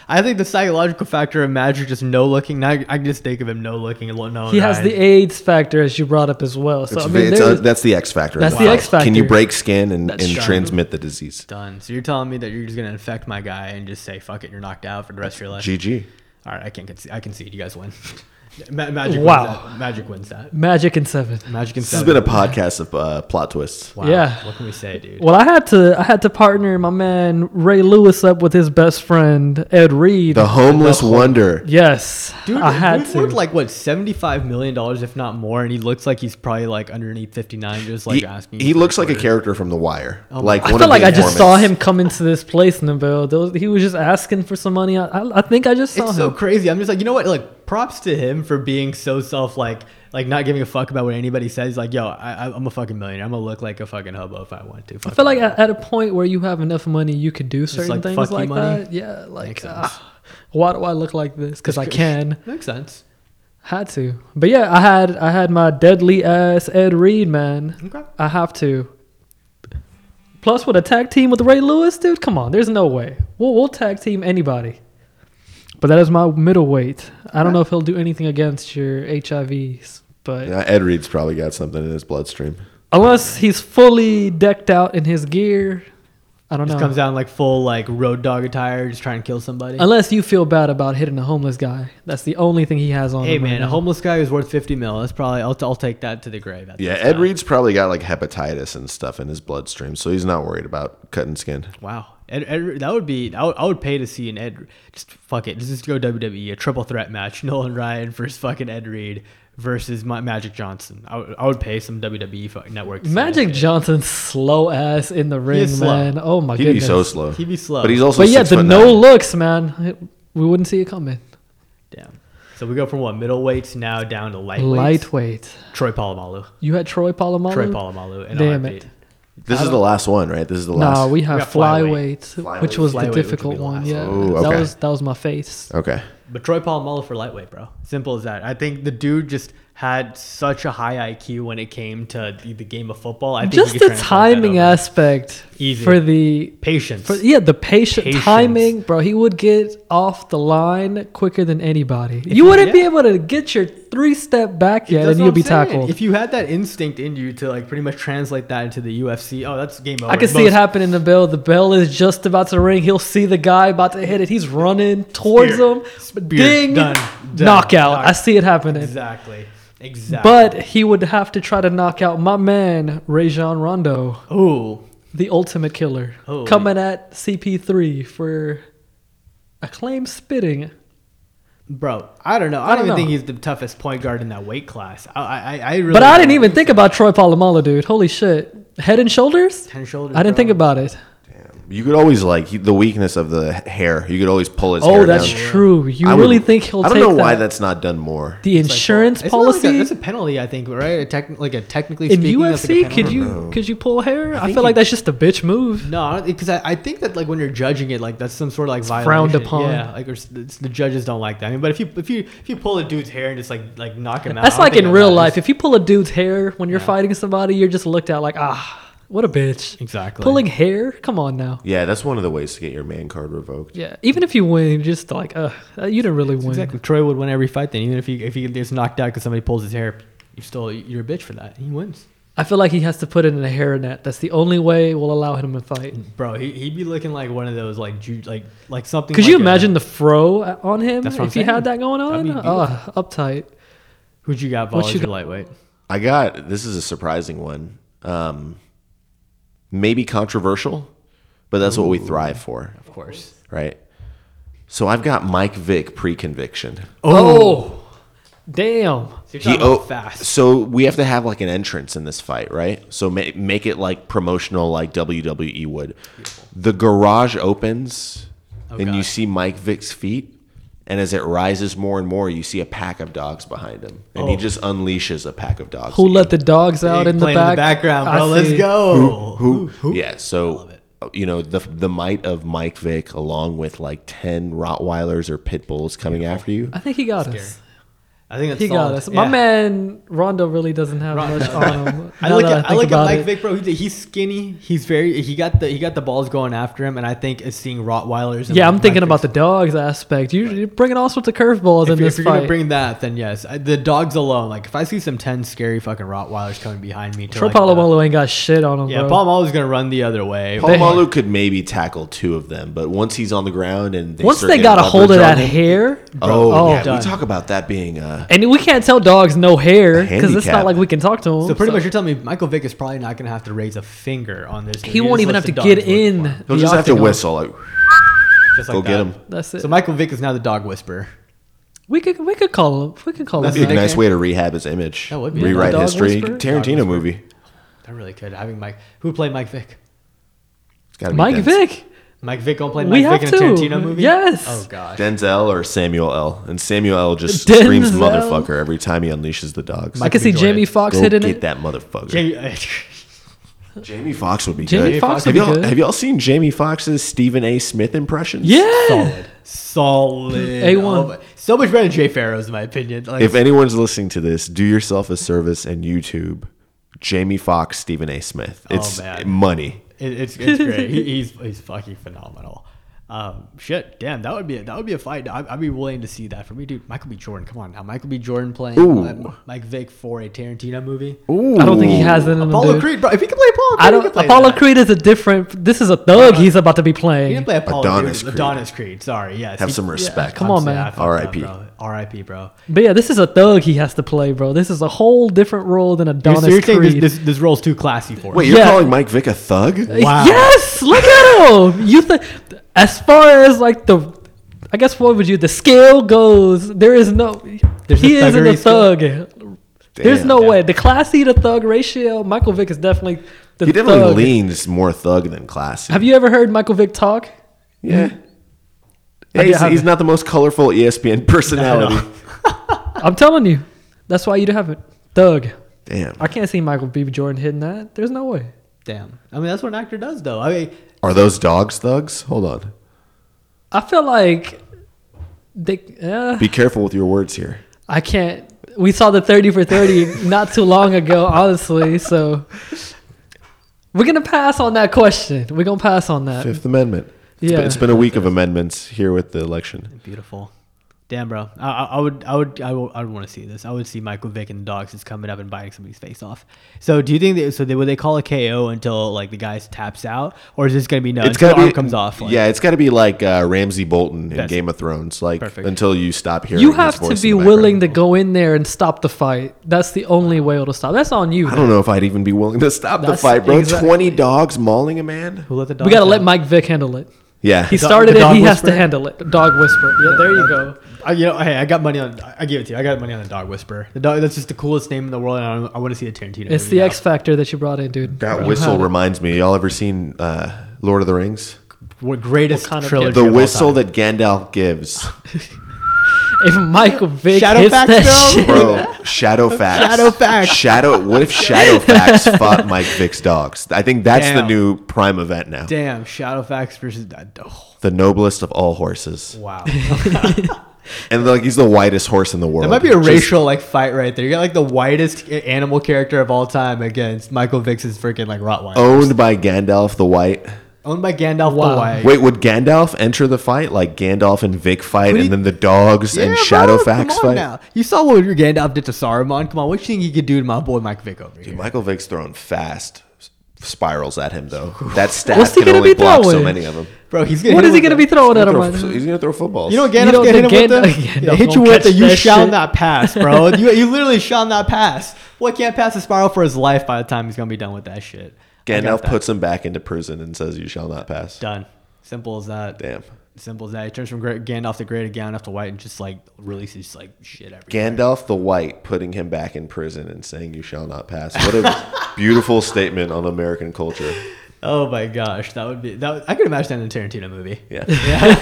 C: I think the psychological factor of Magic just no looking. Now I, I can just think of him no looking and no.
E: he has the AIDS factor, as you brought up as well. So
D: It's,
E: I mean,
D: it's
E: there
D: a-
E: is-
D: that's the X factor. in
E: That's the
D: fight.
E: X factor.
D: Can you break skin and, and
E: strong.
D: transmit the disease?
C: done. So you're telling me that you're just gonna infect my guy and just say fuck it, you're knocked out for the rest of your life.
D: GG.
C: All right, I can't concede. I concede. You guys win. Ma- Magic. Wins
E: Wow.
C: that. Magic wins that.
E: Magic and Seven.
C: Magic.
D: This has been a podcast of uh, plot twists.
C: Wow.
E: Yeah.
C: What can we say, dude?
E: Well, I had to I had to partner my man Ray Lewis up with his best friend Ed Reed.
D: The homeless wonder.
E: yes,
C: Dude,
E: I had
C: dude
E: to.
C: worth like what seventy-five million dollars, if not more, and he looks like he's probably like underneath fifty-nine, just like
D: He,
C: asking.
D: he looks like a character from The Wire. like
E: Oh I
D: one
E: felt
D: of
E: like
D: the
E: I just saw
D: informants.
E: him come into this place, Nabil. There was- He was just asking for some money. I, I, I think I just saw
C: It's so
E: him.
C: crazy. I'm just like, you know what? Like, props to him for being so self, like, like not giving a fuck about what anybody says. Like, yo, I, I- I'm a fucking millionaire. I'm gonna look like a fucking hobo if I want to.
E: I feel like at, at a point where you have enough money, you could do certain
C: like,
E: things
C: fuck you
E: like
C: money?
E: that. Yeah, like
C: Makes
E: ah,
C: sense.
E: why do I look like this? Because I can.
C: makes sense.
E: Had to. But yeah, I had I had my deadly ass Ed Reed, man.
C: Okay.
E: I have to. Plus with a tag team with Ray Lewis, dude, come on, there's no way. We'll we'll tag team anybody. But that is my middleweight. I don't know if he'll do anything against your HIVs, but
D: Yeah, Ed Reed's probably got something in his bloodstream.
E: unless he's fully decked out in his gear, I don't
C: Just
E: know.
C: comes down like full like road dog attire, just trying to kill somebody.
E: Unless you feel bad about hitting a homeless guy. That's the only thing he has on
C: Hey
E: him. right
C: man, a
E: now.
C: homeless guy who's worth fifty mil. That's probably I'll, I'll take that to the grave. at
D: Yeah,
C: this
D: Ed
C: time.
D: Reed's probably got like hepatitis and stuff in his bloodstream, so he's not worried about cutting skin.
C: Wow. Ed, Ed, that would be. I would, I would pay to see an Ed. Just fuck it. Let's just go WWE. A triple threat match. Nolan Ryan versus fucking Ed Reed versus my, Magic Johnson. I would, I would pay some WWE fucking network. to see
E: Magic
C: that shit.
E: Johnson's slow ass in the ring,
C: is slow.
E: man. Oh my
D: He'd be
E: goodness.
D: so slow.
C: He'd be slow.
D: But he's also.
E: but yeah,
D: six
E: the
D: foot
E: no
D: nine.
E: looks, man. It- we wouldn't see it coming.
C: Damn. So we go from what middleweights now down to lightweights.
E: Lightweight.
C: Troy Polamalu.
E: You had Troy Polamalu.
C: Troy Polamalu. And
E: Um, Damn
C: Damn
E: it.
D: This is the last one, right? This is the last.
E: Nah, we have
C: got
E: flyweight,
C: flyweight.
E: which was
C: Flyweight
E: the
C: would be
E: difficult
C: the
E: one.
C: last
E: Yeah,
D: one. Ooh,
E: that
D: okay.
E: was that was my face.
D: Okay.
C: But Troy Polamalu for lightweight, bro. Simple as that. I think the dude just had such a high IQ when it came to the, the game of football. I think
E: Just
C: he
E: the
C: could translate that
E: timing
C: over.
E: aspect
C: Easy.
E: for the
C: patience.
E: for yeah the patient
C: Patience.
E: timing, bro. He would get off the line quicker than anybody. you wouldn't be
C: yeah.
E: able to get your three step back yet,
C: That's
E: and
C: what
E: you'd
C: I'm
E: be
C: saying.
E: tackled.
C: If you had that instinct in you to like pretty much translate that into the UFC, oh, that's game over.
E: I can see
C: Most-
E: it happen in the bell. The bell is just about to ring. He'll see the guy about to hit it. He's running towards
C: Spear.
E: him.
C: Spear.
E: Ding.
C: Done. Done.
E: Knockout.
C: Knock-
E: I see it happening.
C: Exactly. Exactly.
E: But he would have to try to knock out my man, Rajon Rondo,
C: ooh,
E: the ultimate killer,
C: Holy.
E: coming at CP3 for a claim spitting.
C: bro, I don't know. I, don't
E: I
C: even
E: don't
C: think
E: know.
C: he's the toughest point guard in that weight class. I, I, I- I really.
E: But I
C: don't
E: didn't even
C: know.
E: think about Troy Polamalu, dude. Holy shit. Head and shoulders?
C: Head and shoulders,
E: I didn't
C: bro.
E: think about it.
D: You could always like he- the weakness of the hair. You could always pull his.
E: Oh,
D: hair
E: that's
D: down.
E: true. You
D: I would-
E: really think he'll
D: I don't
E: take
D: know
E: that.
D: why that's not done more.
E: the insurance
C: It's not like
E: policy
C: a- It's a penalty, I think, right? A techni- like a technically
E: in
C: speaking, that's like a
E: UFC?
C: penalty.
E: could you could you pull hair? I,
C: think
E: feel like
C: you-
E: that's just a bitch move.
C: No, because I, I think that like when you're judging it, like that's some sort of like violation.
E: frowned upon.
C: Yeah, like or, s- it's, the judges don't like that. I mean, but if you if you if you pull a dude's hair and just like like knock him out,
E: That's
C: I don't
E: like
C: think
E: in
C: that
E: real
C: matters.
E: life. If you pull a dude's hair when you're fighting somebody, you're just looked at like, ah, what a bitch.
C: Exactly.
E: Pulling hair? Come on now.
D: Yeah, that's one of the ways to get your man card revoked.
E: Yeah. Even if you win, you're just like, uh, you didn't really win.
C: exactly, Troy would win every fight. Then even if he if he gets knocked out because somebody pulls his hair, you still you're a bitch for that. He wins,
E: I feel like he has to put it in a hairnet. That's the only way it will allow him to fight.
C: bro. He he'd be looking like one of those like ju- like like something.
E: Could
C: like
E: you
C: a-
E: imagine the fro on him
C: Oh That's what I'm
E: if he had that
C: saying.
E: going
C: That'd
E: on?
C: be
E: Ah, uptight.
C: who'd you got? What
E: you
C: you
E: got?
C: lightweight?
D: I got this is a surprising one. Um, maybe controversial, but that's what we thrive for,
C: Of course.
D: right? So I've got Mike Vick pre-conviction.
E: Oh, damn.
C: So you're talking
D: He-
C: about
D: oh,
C: fast.
D: So we have to have like an entrance in this fight, right? So ma- make it like promotional, like WWE would. The garage opens,
E: Oh,
D: and you
C: God.
D: see Mike Vick's feet, and as it rises more and more, you see a pack of dogs behind him, and he
C: Oh.
D: just unleashes a pack of dogs.
E: Who
D: again.
E: let the dogs out in the,
C: Playing
E: back?
C: in the background,
E: I
C: bro. Let's
E: see.
C: go.
D: Who? Yeah. So you know the the might of Mike Vick, along with like ten Rottweilers or pit bulls coming after you.
E: I think he got us.
C: I think that's
E: He got
C: solid.
E: us. My
C: Yeah.
E: man Rondo really doesn't have
C: Rondo.
E: much on him.
C: I
E: now
C: look
E: that
C: at I,
E: think
C: look at
E: about
C: Mike
E: it.
C: Vick, bro. He's, he's skinny. He's very. He got the he got the balls going after him, and I think it's seeing Rottweilers. And
E: Yeah, I'm
C: Mike
E: thinking
C: Vick's-
E: about the dogs aspect. You- You're bringing all sorts of curveballs in
C: If, you're-
E: this
C: if you're
E: fight.
C: gonna bring that, then yes, I, the dogs alone. Like if I see some ten scary fucking Rottweilers coming behind me, to
E: Troy
C: like, uh,
E: Polamalu ain't got shit on him,
C: Yeah,
E: bro.
C: Palomalu's gonna run the other way.
D: Paul Malu could maybe tackle two of them, but once he's on the ground and they
E: Once
D: start
E: they
D: getting
E: got a hold of
D: leverage
E: that
D: on him-
E: hair,
D: oh,
E: oh,
D: yeah,
C: done.
D: we talk about that being uh,
E: and we can't tell dogs no hair because it's not
D: handicap.
E: like we can talk to them.
C: so pretty much, you're telling me Michael Vick is probably not gonna have to raise a finger on this. dude.
E: he won't
C: just
E: even have
C: lets
E: to
C: the
E: get
C: dogs look
E: in.
C: for
E: the
C: him.
D: he'll just have to
E: octagon.
D: whistle. Like,
C: Just
D: Go
C: like
D: get
C: that.
D: him.
E: That's it.
C: So Michael Vick is now the dog whisperer.
E: we could we could call him. We could call
C: That'd
D: be
E: him.
D: a
E: that.
C: Vick
D: nice
C: can-
D: way to rehab his image,
C: That would be.
D: rewrite
E: Dog
D: history.
E: Whisperer?
D: Tarantino movie.
C: I really could having Mike. Who would play Mike Vick?
D: It's gotta be
E: Mike
D: Denz-
E: Vick.
C: Mike Vick gonna play
E: We
C: Mike Vick in
E: have
C: a
E: to.
C: Tarantino movie?
E: Yes.
C: Oh gosh.
D: Denzel or Samuel L. And Samuel L. just
E: Denzel.
D: screams motherfucker every time he unleashes the dogs.
E: I
C: Mike
E: could see
C: Vick
E: Jamie
C: Jordan.
E: Foxx
D: Go
E: hitting
D: get
E: it.
D: that motherfucker.
C: Jamie, uh,
D: Jamie Foxx would be
E: Jamie
D: good.
E: Foxx
D: have
E: would be
D: y'all
E: good.
D: have y'all seen Jamie Foxx's Stephen A. Smith impressions?
E: Yeah.
C: solid, solid.
E: A1.
C: Oh, but so much better than Jay Farrow's, in my opinion. Like,
D: If anyone's listening to this, do yourself a service and YouTube Jamie Foxx, Stephen A. Smith. It's
C: man.
D: money.
C: it, it's, it's great. He, he's he's fucking phenomenal. Uh, Um, shit, damn, that would be a, that would be a fight. I, I'd be willing to see that for me, dude. Michael B. Jordan, come on now, Michael B. Jordan playing
D: Ooh.
C: uh, Mike Vick for a Tarantino movie.
E: I don't think he has it in him.
C: Apollo
E: dude.
C: Creed, bro. If he can play Apollo, Creed,
E: I
C: he can
E: don't.
C: play
E: Apollo
C: that.
E: Creed is a different. This is a thug. he's about to be
C: He didn't
E: playing.
C: play Apollo
D: Adonis
C: Creed.
D: Creed.
C: Adonis Creed. Sorry, yes.
D: Have
C: He-
D: some respect.
E: come on,
C: I'm
E: man.
C: sad I fucked up,
D: R.I.P..
C: bro. R.I.P. Bro.
E: But yeah, this is a thug. He has to play, bro. This is a whole different role than
C: You're,
E: Adonis
C: so you're saying
E: Creed.
C: this, this, this role's too classy for
D: Wait,
C: him.
D: you're
E: Yeah.
D: calling Mike Vick a thug?
C: Wow.
E: Yes, look at him. You think as far as like the, I guess what would you the scale goes? There is no.
C: There's
E: he
C: a
E: isn't a
C: thuggery
E: thug. There's
D: Damn.
E: no way. The classy to thug ratio. Michael Vick is definitely the
D: He definitely
E: thug.
D: leans more thug than classy.
E: Have you ever heard Michael Vick talk?
D: Yeah.
E: I
D: he's,
E: have-
D: he's not the most colorful E ESPN personality.
E: I'm telling you, that's why you don't have it. Thug.
D: Damn.
E: I can't see Michael B. Jordan hitting that. There's no way.
C: Damn. I mean, that's what an actor does, though. I mean,
D: Are those dogs thugs? Hold on.
E: I feel like they. Uh,
D: Be careful with your words here.
E: I can't. We saw the 30 for 30 not too long ago, honestly. So we're going to pass on that question. We're going to pass on that.
D: Fifth Amendment. It's
E: Yeah.
D: been, it's been a week of amendments here with the election.
C: beautiful. Damn, bro. I, I, I would, I would, I would, I would want to see this. I would see Michael Vick and the dogs just coming up and biting somebody's face off. So, do you think that? So, they, would they call a KO until like the guy taps out, or is this gonna be no?
D: It's
C: until
D: gotta
C: the arm
D: be
C: comes off. like-
D: yeah, it's got to be like uh, Ramsey Bolton in
C: That's-
D: Game of Thrones. Like
C: Perfect.
D: until you stop hearing.
E: You
D: his
E: have to
D: voice
E: be
D: in the background.
E: willing to go in there and stop the fight. That's the only way it'll stop. That's on you.
D: I don't know if I'd even be willing to stop
E: That's
D: the fight, bro.
E: exactly-
D: Twenty dogs mauling a man.
C: Who let the dogs
E: We got to let
C: out?
E: Mike Vick handle it.
D: Yeah,
E: He
C: dog-
E: started
C: the
E: it.
C: dog
E: He has to
C: whisperer?
E: handle it. The Dog whisper. Yeah, there you go.
C: I, you know, hey, I got money on. I give it to you. I got money on the dog whisperer. The dog. That's just the coolest name in the world, and I, want to see a Tarantino.
E: It's
C: movie
E: the
C: now.
E: X Factor that you brought in, dude.
D: that
E: You
D: whistle
E: have it.
D: reminds me. Y'all ever seen uh, Lord of the Rings?
C: What greatest
E: Wakanda
C: trilogy.
E: Kid.
D: The
C: of all
D: whistle
C: time.
D: that Gandalf gives,
E: If Michael Vick
C: Shadow
E: hits
C: Factor,
E: that
C: though?
E: shit,
D: bro. Shadowfax.
C: Shadowfax.
D: Shadow. What if Shadowfax fought Mike Vick's dogs? I think that's the
C: Damn.
D: new prime event now.
C: Damn, Shadowfax versus. Oh,
D: The noblest of all horses,
C: wow.
D: and like he's the whitest horse in the world.
C: That might be a
D: Just-
C: racial like fight right there. You got like the whitest a- animal character of all time against Michael Vick's freaking like Rottweiler,
D: owned by Gandalf the White.
C: owned by Gandalf
E: Wow.
C: the White.
D: Wait, would Gandalf enter the fight like Gandalf and Vic fight,
C: Would he-
D: and then the dogs
C: Yeah,
D: and
C: bro,
D: Shadowfax
C: come on
D: fight?
C: Now. You saw what Gandalf did to Saruman. Come on, what you think he could do to my boy Mike Vick over here?
D: Michael Vick's throwing fast s- spirals at him though. That staff
E: What's he
D: can
E: gonna
D: only
E: be
D: block so
E: throwing?
D: many of them.
C: Bro, he's gonna.
E: what
C: hit
E: is he
C: him
E: going to
C: with
E: be throwing at him?
D: Throw-
E: right now?
D: he's gonna throw footballs.
C: You know,
E: You
C: Gandalf
E: don't
C: get hit him
E: think
C: with the.
E: Gandalf-
C: they
E: Gandalf
C: hit you
E: won't
C: with the.
E: catch
C: You
E: that
C: shall
E: shit.
C: not pass, bro. you, you literally shall not pass. Boy can't pass a spiral for his life by the time he's gonna be done with that shit. I got
D: Gandalf
C: that.
D: puts him back into prison and says, "You shall not pass."
C: done. Simple as that.
D: Damn.
C: Simple as that. He turns from great Gandalf the Great to Gandalf the White and just like releases just, like shit everywhere.
D: Gandalf the White putting him back in prison and saying, "You shall not pass." What a beautiful statement on American culture.
C: Oh my gosh, that would be that. Would, I could imagine that in a Tarantino movie.
D: Yeah.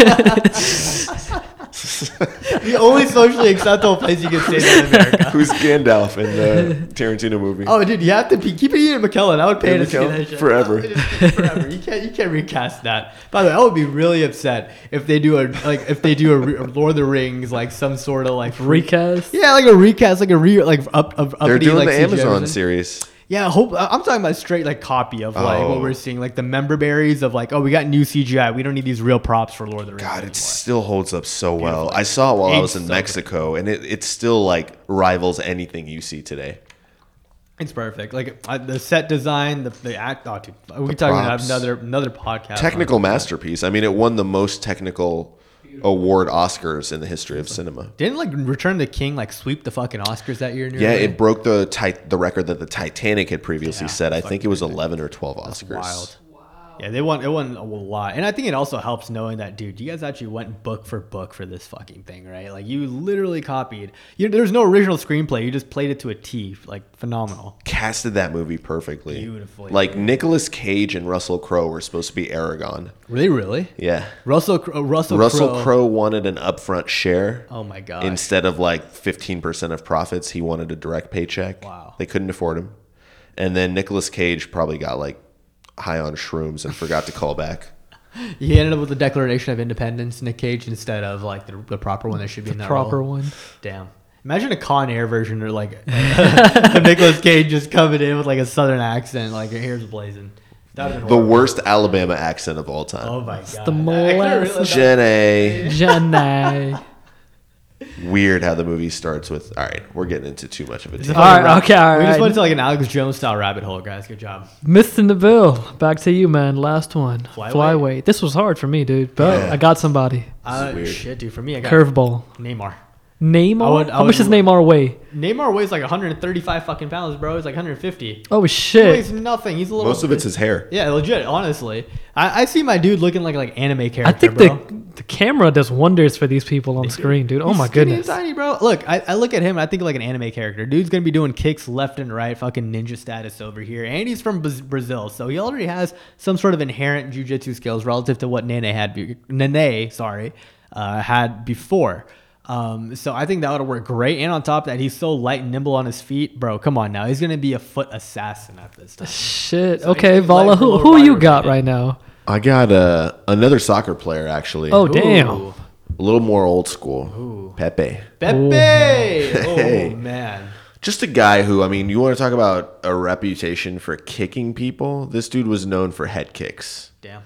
C: The only socially acceptable place you can say that in America.
D: Who's Gandalf in the Tarantino movie?
C: Oh, dude, you have to be, keep it Ian McKellen. I would pay
D: Ian
C: to see
D: McKellen?
C: that shit.
D: Forever.
C: forever. You can't you can't recast that. By the way, I would be really upset if they do a like if they do a, re- a Lord of the Rings like some sort of like re-
E: Recast.
C: Yeah, like a recast, like a re like up up.
D: They're
C: uppity,
D: doing
C: like,
D: the
C: CGI
D: Amazon
C: version.
D: series.
C: Yeah, hope I- I'm talking about straight like copy of like
D: Oh.
C: what we're seeing, like the member berries of like, oh, we got new CGI. We don't need these real props for Lord of the Rings.
D: God, it
C: anymore.
D: still holds up so well. I saw it while I was
C: Aged
D: in
C: so
D: Mexico, and it, it still like rivals anything you see today.
C: it's perfect. Like I, the set design, the the act. Oh, dude, we can talk about
D: props.
C: another another podcast.
D: Technical
C: on-
D: masterpiece. I mean, it won the most technical award Oscars in the history of cinema.
C: Didn't like Return of the King like sweep the fucking Oscars that year? nearly?
D: Yeah, it broke the tit- the record that the Titanic had previously
C: Yeah,
D: set. I
C: fucking
D: think it was eleven or twelve Oscars.
C: wild. Yeah, they won. It won a lot, and I think it also helps knowing that, dude, you guys actually went book for book for this fucking thing, right? Like you literally copied. You, there's no original screenplay. You just played it to a T. Like phenomenal.
D: Casted that movie perfectly.
C: Beautifully.
D: Like Nicolas Cage and Russell Crowe were supposed to be Aragon.
C: Were they really?
D: Yeah.
C: Russell Cro- uh, Russell
D: Russell
C: Crowe.
D: Crowe wanted an upfront share.
C: Oh my gosh.
D: Instead of like 15% of profits, he wanted a direct paycheck.
C: Wow.
D: They couldn't afford him. And then Nicolas Cage probably got like high on shrooms and forgot to call back.
C: He ended up with the Declaration of Independence, Nick Cage, instead of like the, the proper one that should be in that
E: Proper
C: role.
E: one.
C: Damn. Imagine a Con Air version or like of Nicolas Cage just coming in with like a Southern accent, like your hair's blazing. That would've been
D: The
C: horrible.
D: worst Alabama accent of all time.
C: Oh my god.
E: the
C: I couldn't
E: molest.
C: realize-
D: Jenny.
E: Jenny.
D: Weird how the movie starts with. All right, we're getting into too much of a
C: It's a
D: deal.
E: All right,
C: rabbit-
E: okay, all
C: We just
E: right.
C: went to like an Alex Jones style rabbit hole, guys. Good job.
E: Mr. Neville, back to you, man. Last one.
C: Flyweight?
E: Flyweight. This was hard for me, dude, but
D: Yeah.
E: I got somebody.
C: Uh,
D: weird.
C: shit, dude. For me, I got
E: Curveball.
C: Neymar.
E: Neymar?
C: I would- I
E: How much
C: would-
E: does Neymar weigh?
C: Neymar weighs like 135 fucking pounds, bro. He's like 150.
E: Oh
C: He
E: shit.
C: weighs nothing. He's a little.
D: Most of it's his hair.
C: Yeah, legit. Honestly, I, I see my dude looking like like anime character.
E: I think
C: bro.
E: the the camera does wonders for these people on screen, dude. Oh
C: He's
E: my
C: skinny
E: goodness.
C: and tiny, bro. Look, I, I look at him and I think like an anime character. Dude's gonna be doing kicks left and right, fucking ninja status over here, and he's from Braz- Brazil, so he already has some sort of inherent jujitsu skills relative to what Nene had, be- Nene, sorry, uh, had before. Um, so I think that would work great. And on top of that, he's so light and nimble on his feet, bro. Come on now, he's gonna be a foot assassin at this time.
E: Shit.
C: he
E: Okay,
C: was
E: Vala,
C: like
E: who
C: Lord
E: who you
C: Byron,
E: got
C: man.
E: right now?
D: I got uh, another soccer player actually.
E: Oh damn.
C: Ooh.
D: a little more old school. Pepe.
C: Pepe! Oh,
D: Hey.
C: man.
D: Just a guy who, I mean, you want to talk about a reputation for kicking people? This dude was known for head kicks.
C: Damn.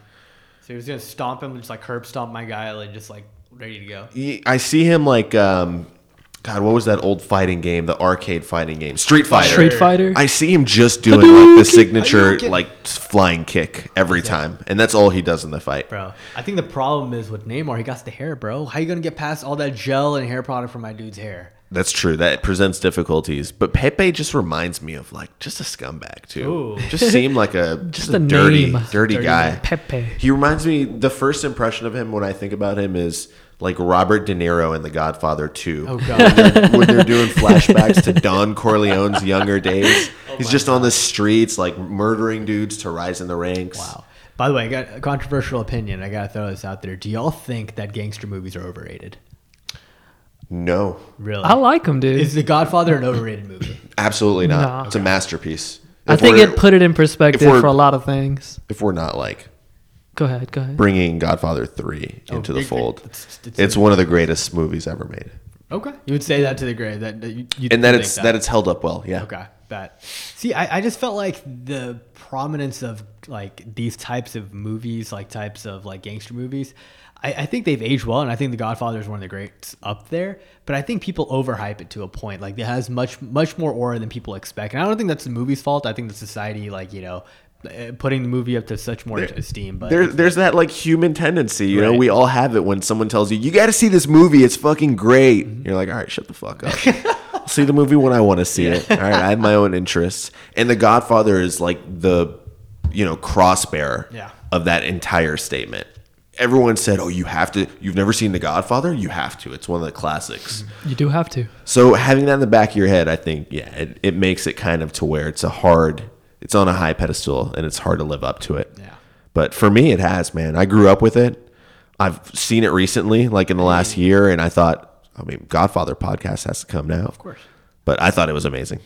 C: So he was gonna stomp him, just like curb stomp my guy, like just like ready to go.
D: He- I see him like, um, God, what was that old fighting game? The arcade fighting game, Street Fighter.
E: Street Fighter?
D: I see him just doing like the signature,
C: Hadouken.
D: like flying kick every time, and that's all he does in the fight.
C: Bro, I think the problem is with Neymar, he got the hair, bro. How you gonna get past all that gel and hair product from my dude's hair?
D: That's true. That presents difficulties, but Pepe just reminds me of like just a scumbag too.
C: Ooh.
D: Just seemed like a just, a,
E: a
D: dirty,
E: name.
D: dirty, guy.
E: Pepe.
D: He reminds me. The first impression of him when I think about him is like Robert De Niro in The Godfather Two.
C: Oh god.
D: when they're doing flashbacks to Don Corleone's younger days, he's just on the streets, like murdering dudes to rise in the ranks.
C: wow. By the way, I got a controversial opinion. I gotta throw this out there. Do y'all think that gangster movies are overrated?
D: No,
C: Really?
E: I like him, dude.
C: is The Godfather an overrated movie?
D: absolutely not.
E: Nah.
D: It's a masterpiece.
E: I
D: If
E: think
D: we're-
E: it put it in perspective
D: we're-
E: for a lot of things.
D: if we're not like
E: Go ahead, go ahead.
D: bringing Godfather 3 into the
C: big-
D: fold.
C: it's-
D: It's,
C: it's-
D: one of the greatest movies ever made.
C: Okay. You would say that to the grave. That, that you, you
D: And that
C: think
D: it's that it's held up well. Yeah.
C: Okay, that. See, I, I just felt like the prominence of like these types of movies, like types of like gangster movies, I, I think they've aged well, and I think The Godfather is one of the greats up there. But I think people overhype it to a point. Like it has much much more aura than people expect, and I don't think that's the movie's fault. I think the society, like you know, eh, putting the movie up to such more esteem. But
D: There, there's that like human tendency, you know,
C: Right.
D: we all have it when someone tells you, you got to see this movie. It's fucking great.
C: Mm-hmm.
D: You're like, all right, shut the fuck up. I'll see the movie when I want to see it. All right. I have my own interests. And The Godfather is like the, you know, cross bearer
C: Yeah.
D: of that entire statement. Everyone said, oh, you have to, you've never seen The Godfather? You have to. It's one of the classics.
C: Mm-hmm.
E: You do have to.
D: So having that in the back of your head, I think, yeah, it, it makes it kind of to where it's a hard, it's on a high pedestal and it's hard to live up to it.
C: Yeah.
D: But for me, it has, man. I grew up with it. I've seen it recently, like in the last year, and I thought, I mean, Godfather podcast has to come now. Of
C: course.
D: But I thought it was amazing.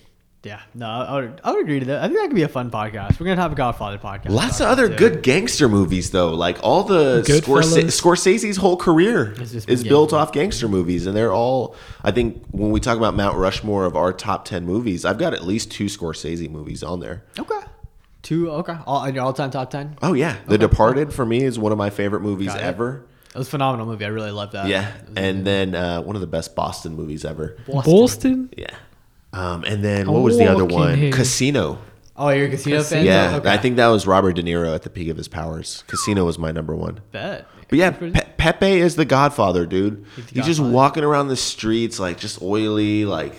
C: yeah, no, I would, I would agree to that. I think that could be a fun podcast. We're gonna have a Godfather podcast.
D: Lots of
C: about
D: other
C: it, too.
D: good gangster movies, though. Like all the Scorsese,
E: Goodfellas.
D: Scorsese's whole career
C: It's just been
D: is built
C: gangster.
D: off gangster movies, and they're all. I think when we talk about Mount Rushmore of our top ten movies, I've got at least two Scorsese movies on there.
C: Okay. Two okay. All in your all time top ten.
D: Oh yeah, The Departed for me is one of my favorite movies
C: Got it.
D: ever.
C: It was a phenomenal movie. I really loved that.
D: Yeah, and then uh, one of the best Boston movies ever.
C: Boston.
E: Boston?
D: Yeah. Um, and then what was the other
E: Walking
D: one?
E: Head.
D: Casino.
C: Oh, you're a casino fan?
D: Yeah,
C: Okay.
D: I think that was Robert De Niro at the peak of his powers. Casino was my number one.
C: bet.
D: But yeah, Pe- Pepe is the Godfather, dude. He's,
C: the
D: just
C: Godfather.
D: walking around the streets like just oily, like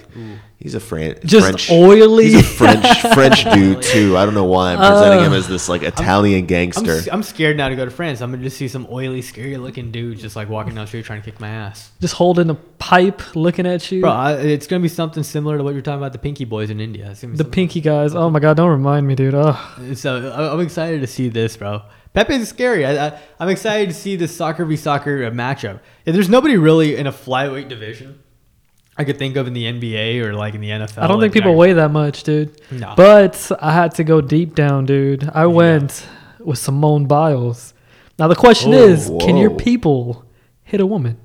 D: he's a Fran-
E: Just
D: French.
E: oily?
D: He's a French French dude too. I don't know why I'm presenting him as this like Italian
C: I'm,
D: gangster.
C: s- I'm scared now to go to France. I'm gonna just see some oily, scary looking dude just like walking down the street trying to kick my ass.
E: Just holding a pipe, looking at you.
C: Bro, I, it's gonna be something similar to what you're talking about the Pinky Boys in India. It's gonna be
E: the
C: something-
E: pinky guys. Oh my god, don't remind me, dude. Ugh.
C: So I- I'm excited to see this, bro. Pepe's scary. I, I, I'm excited to see this soccer v soccer uh, matchup. Yeah, there's nobody really in a flyweight division I could think of in the NBA or like in the NFL.
E: I don't
C: like,
E: think people
C: that-
E: weigh that much, dude.
C: No.
E: But I had to go deep down, dude. I went with Simone Biles. Now the question
C: Oh,
E: is, can your
D: whoa.
E: people hit a woman?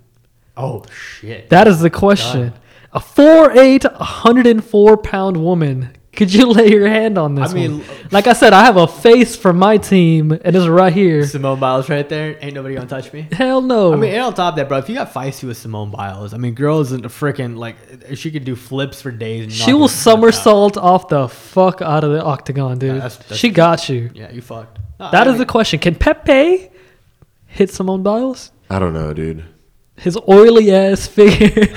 C: Oh shit.
E: That is the question. A 4'8", 104 pound woman Could you lay your hand on this?
C: I mean,
E: one? like I said, I have a face for my team, and it's right here.
C: Simone Biles right there. Ain't nobody gonna touch me.
E: Hell no.
C: I mean, and on top of that, bro, if you got feisty with Simone Biles, I mean, girl isn't a freaking like she could do flips for days. And knock
E: she will
C: your nuts out.
E: somersault off the fuck out of the octagon, dude.
C: that's- that's-
E: she got you.
C: Yeah, you fucked. No,
E: That
C: I
E: is the
C: mean,
E: question. Can Pepe hit Simone Biles?
D: I don't know, dude.
E: His oily ass figure.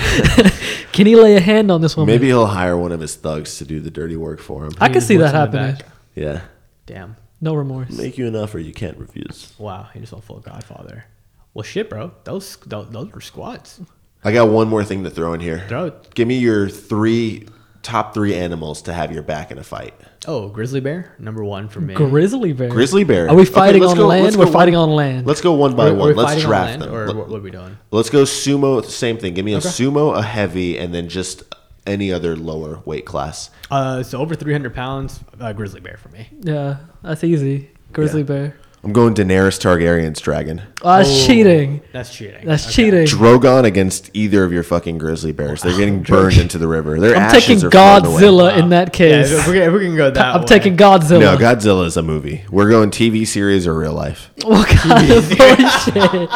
E: Can he lay a hand on this woman?
D: Maybe he'll hire one of his thugs to do the dirty work for him.
E: I can
C: just
E: see that
C: voice in the
E: happening.
C: back.
D: Yeah.
C: Damn.
E: No remorse.
D: Make you an offer you can't refuse.
C: Wow, he just went full Godfather. Well, shit, bro. Those those, those were squats.
D: I got one more thing to throw in here.
C: Throw it.
D: Give me your three top three animals to have your back in a fight.
C: Oh, grizzly bear, number one for me.
E: Grizzly bear.
D: Grizzly bear.
E: Are we
D: Okay,
E: fighting
D: let's
E: on
D: go-
E: land?
D: let's
E: We're
D: go
E: fighting
D: one-
E: on land.
D: Let's go one by
C: Are- are we
D: one. Let's
C: fighting on
D: draft
C: land,
D: them.
C: Or
D: Let-
C: what, what are we doing?
D: Let's go sumo. Same thing. Give me a sumo, a heavy, and then just any other lower weight class.
C: Uh, so over 300 pounds, uh, grizzly bear for me.
E: Yeah, that's easy. Grizzly
D: Yeah.
E: bear.
D: I'm going Daenerys Targaryen's dragon.
E: Oh, that's
C: Oh,
E: cheating.
C: That's cheating.
E: That's
C: Okay.
E: cheating.
D: Drogon against either of your fucking grizzly bears. They're getting burned into the river. Their
E: I'm
D: ashes
E: taking
D: are flung away.
E: Godzilla in that
C: Yeah,
E: case.
C: if we, can- if we can go that
E: I'm
C: way.
E: taking Godzilla.
D: No, Godzilla is a movie. We're going TV series or real life.
E: What kind of bullshit?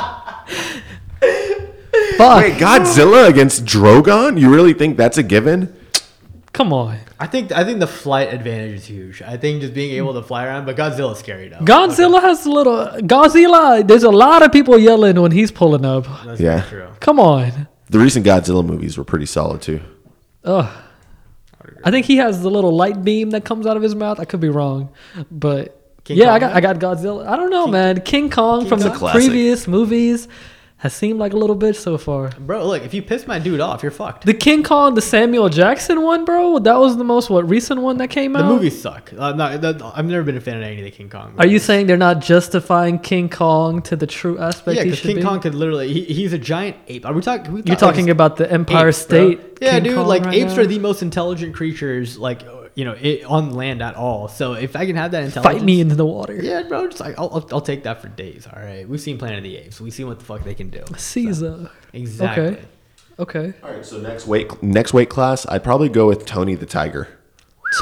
E: Fuck.
D: Wait, Godzilla against Drogon? You really think that's a given?
E: Come on.
C: I think I think the flight advantage is huge. I think just being able to fly around, but Godzilla's scary though.
E: Godzilla has a little. Godzilla, there's a lot of people yelling when he's pulling up.
C: That's
D: Yeah.
C: very true.
E: Come on.
D: The recent Godzilla movies were pretty solid too.
E: Ugh. I think he has the little light beam that comes out of his mouth. I could be wrong, but
C: King
E: yeah, I
C: Kong,
E: got I got Godzilla. I don't know, man. King Kong from
D: Kong's
E: the
D: a classic.
E: previous movies has seemed like a little bitch so far.
C: Bro, look, if you piss my dude off, you're fucked.
E: The King Kong, the Samuel Jackson one, bro. That was the most what recent one that came
C: The
E: out.
C: movies suck. I'm not, that- I've never been a fan of any of the King Kong.
E: Are you
C: movies.
E: saying they're not justifying King Kong to the true aspect?
C: Yeah,
E: he
C: because
E: should
C: King
E: be?
C: Kong could literally. He, he's a giant ape. Are we talking? we
E: You're
C: talk- like,
E: talking about the Empire
C: apes, bro.
E: State.
C: Yeah,
E: King
C: dude.
E: Kong
C: like
E: right
C: apes
E: now?
C: are the most intelligent creatures, like uh, you know, it, on land at all. So if I can have that intelligence,
E: fight me into the water.
C: Yeah, bro. Just like I'll, I'll, I'll take that for days. All right, we've seen Planet of the Apes. We've seen what the fuck they can do.
E: Caesar.
C: Exactly.
E: Okay. Okay.
D: All right, so next weight next weight class, I'd probably go with Tony the Tiger.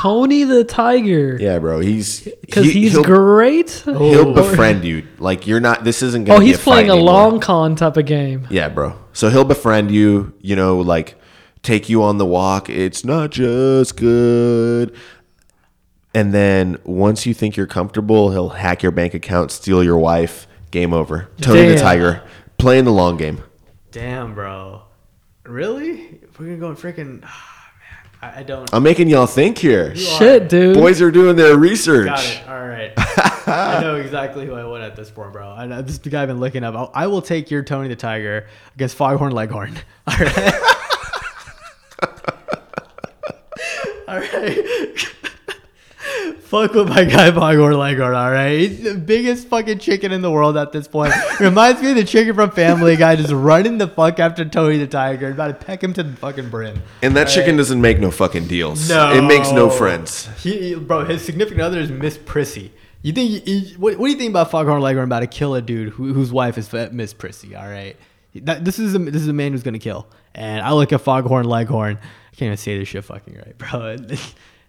E: Tony the Tiger.
D: Yeah, bro, he's
E: Because
D: he-
E: he's
D: he'll-
E: great.
D: He'll
C: Oh.
D: befriend you. Like you're not. This isn't. Gonna
E: Oh,
D: be
E: he's
D: a
E: playing
D: fight
E: a
D: anymore.
E: long con type of game.
D: Yeah, bro. So he'll befriend you, you know, like take you on the walk. It's not just good. And then once you think you're comfortable, he'll hack your bank account, steal your wife. Game over. Tony the
E: Damn.
D: Tiger playing the long game.
C: Damn, bro. Really? We're gonna go freaking. man, I, I don't.
D: I'm making y'all think here.
E: Shit, dude.
D: Boys are doing their research.
C: Got it. All right. I know exactly who I want at this point, bro. I know, this is the guy I've been looking up. I'll, I will take your Tony the Tiger against Foghorn Leghorn. All right. all right. Fuck with my guy Foghorn Leghorn, all right? He's the biggest fucking chicken in the world at this point. Reminds me of the chicken from Family Guy just running the fuck after Tony the Tiger, about to peck him to the fucking brim.
D: And that chicken doesn't make no fucking deals.
C: No.
D: It makes no friends.
C: He, he- bro, his significant other is Miss Prissy. You think? he- what, what do you think about Foghorn Leghorn about to kill a dude who, whose wife is fa- Miss Prissy? All right, that, this is a, this is a man who's gonna kill. And I look at Foghorn Leghorn. I can't even say this shit fucking right, bro.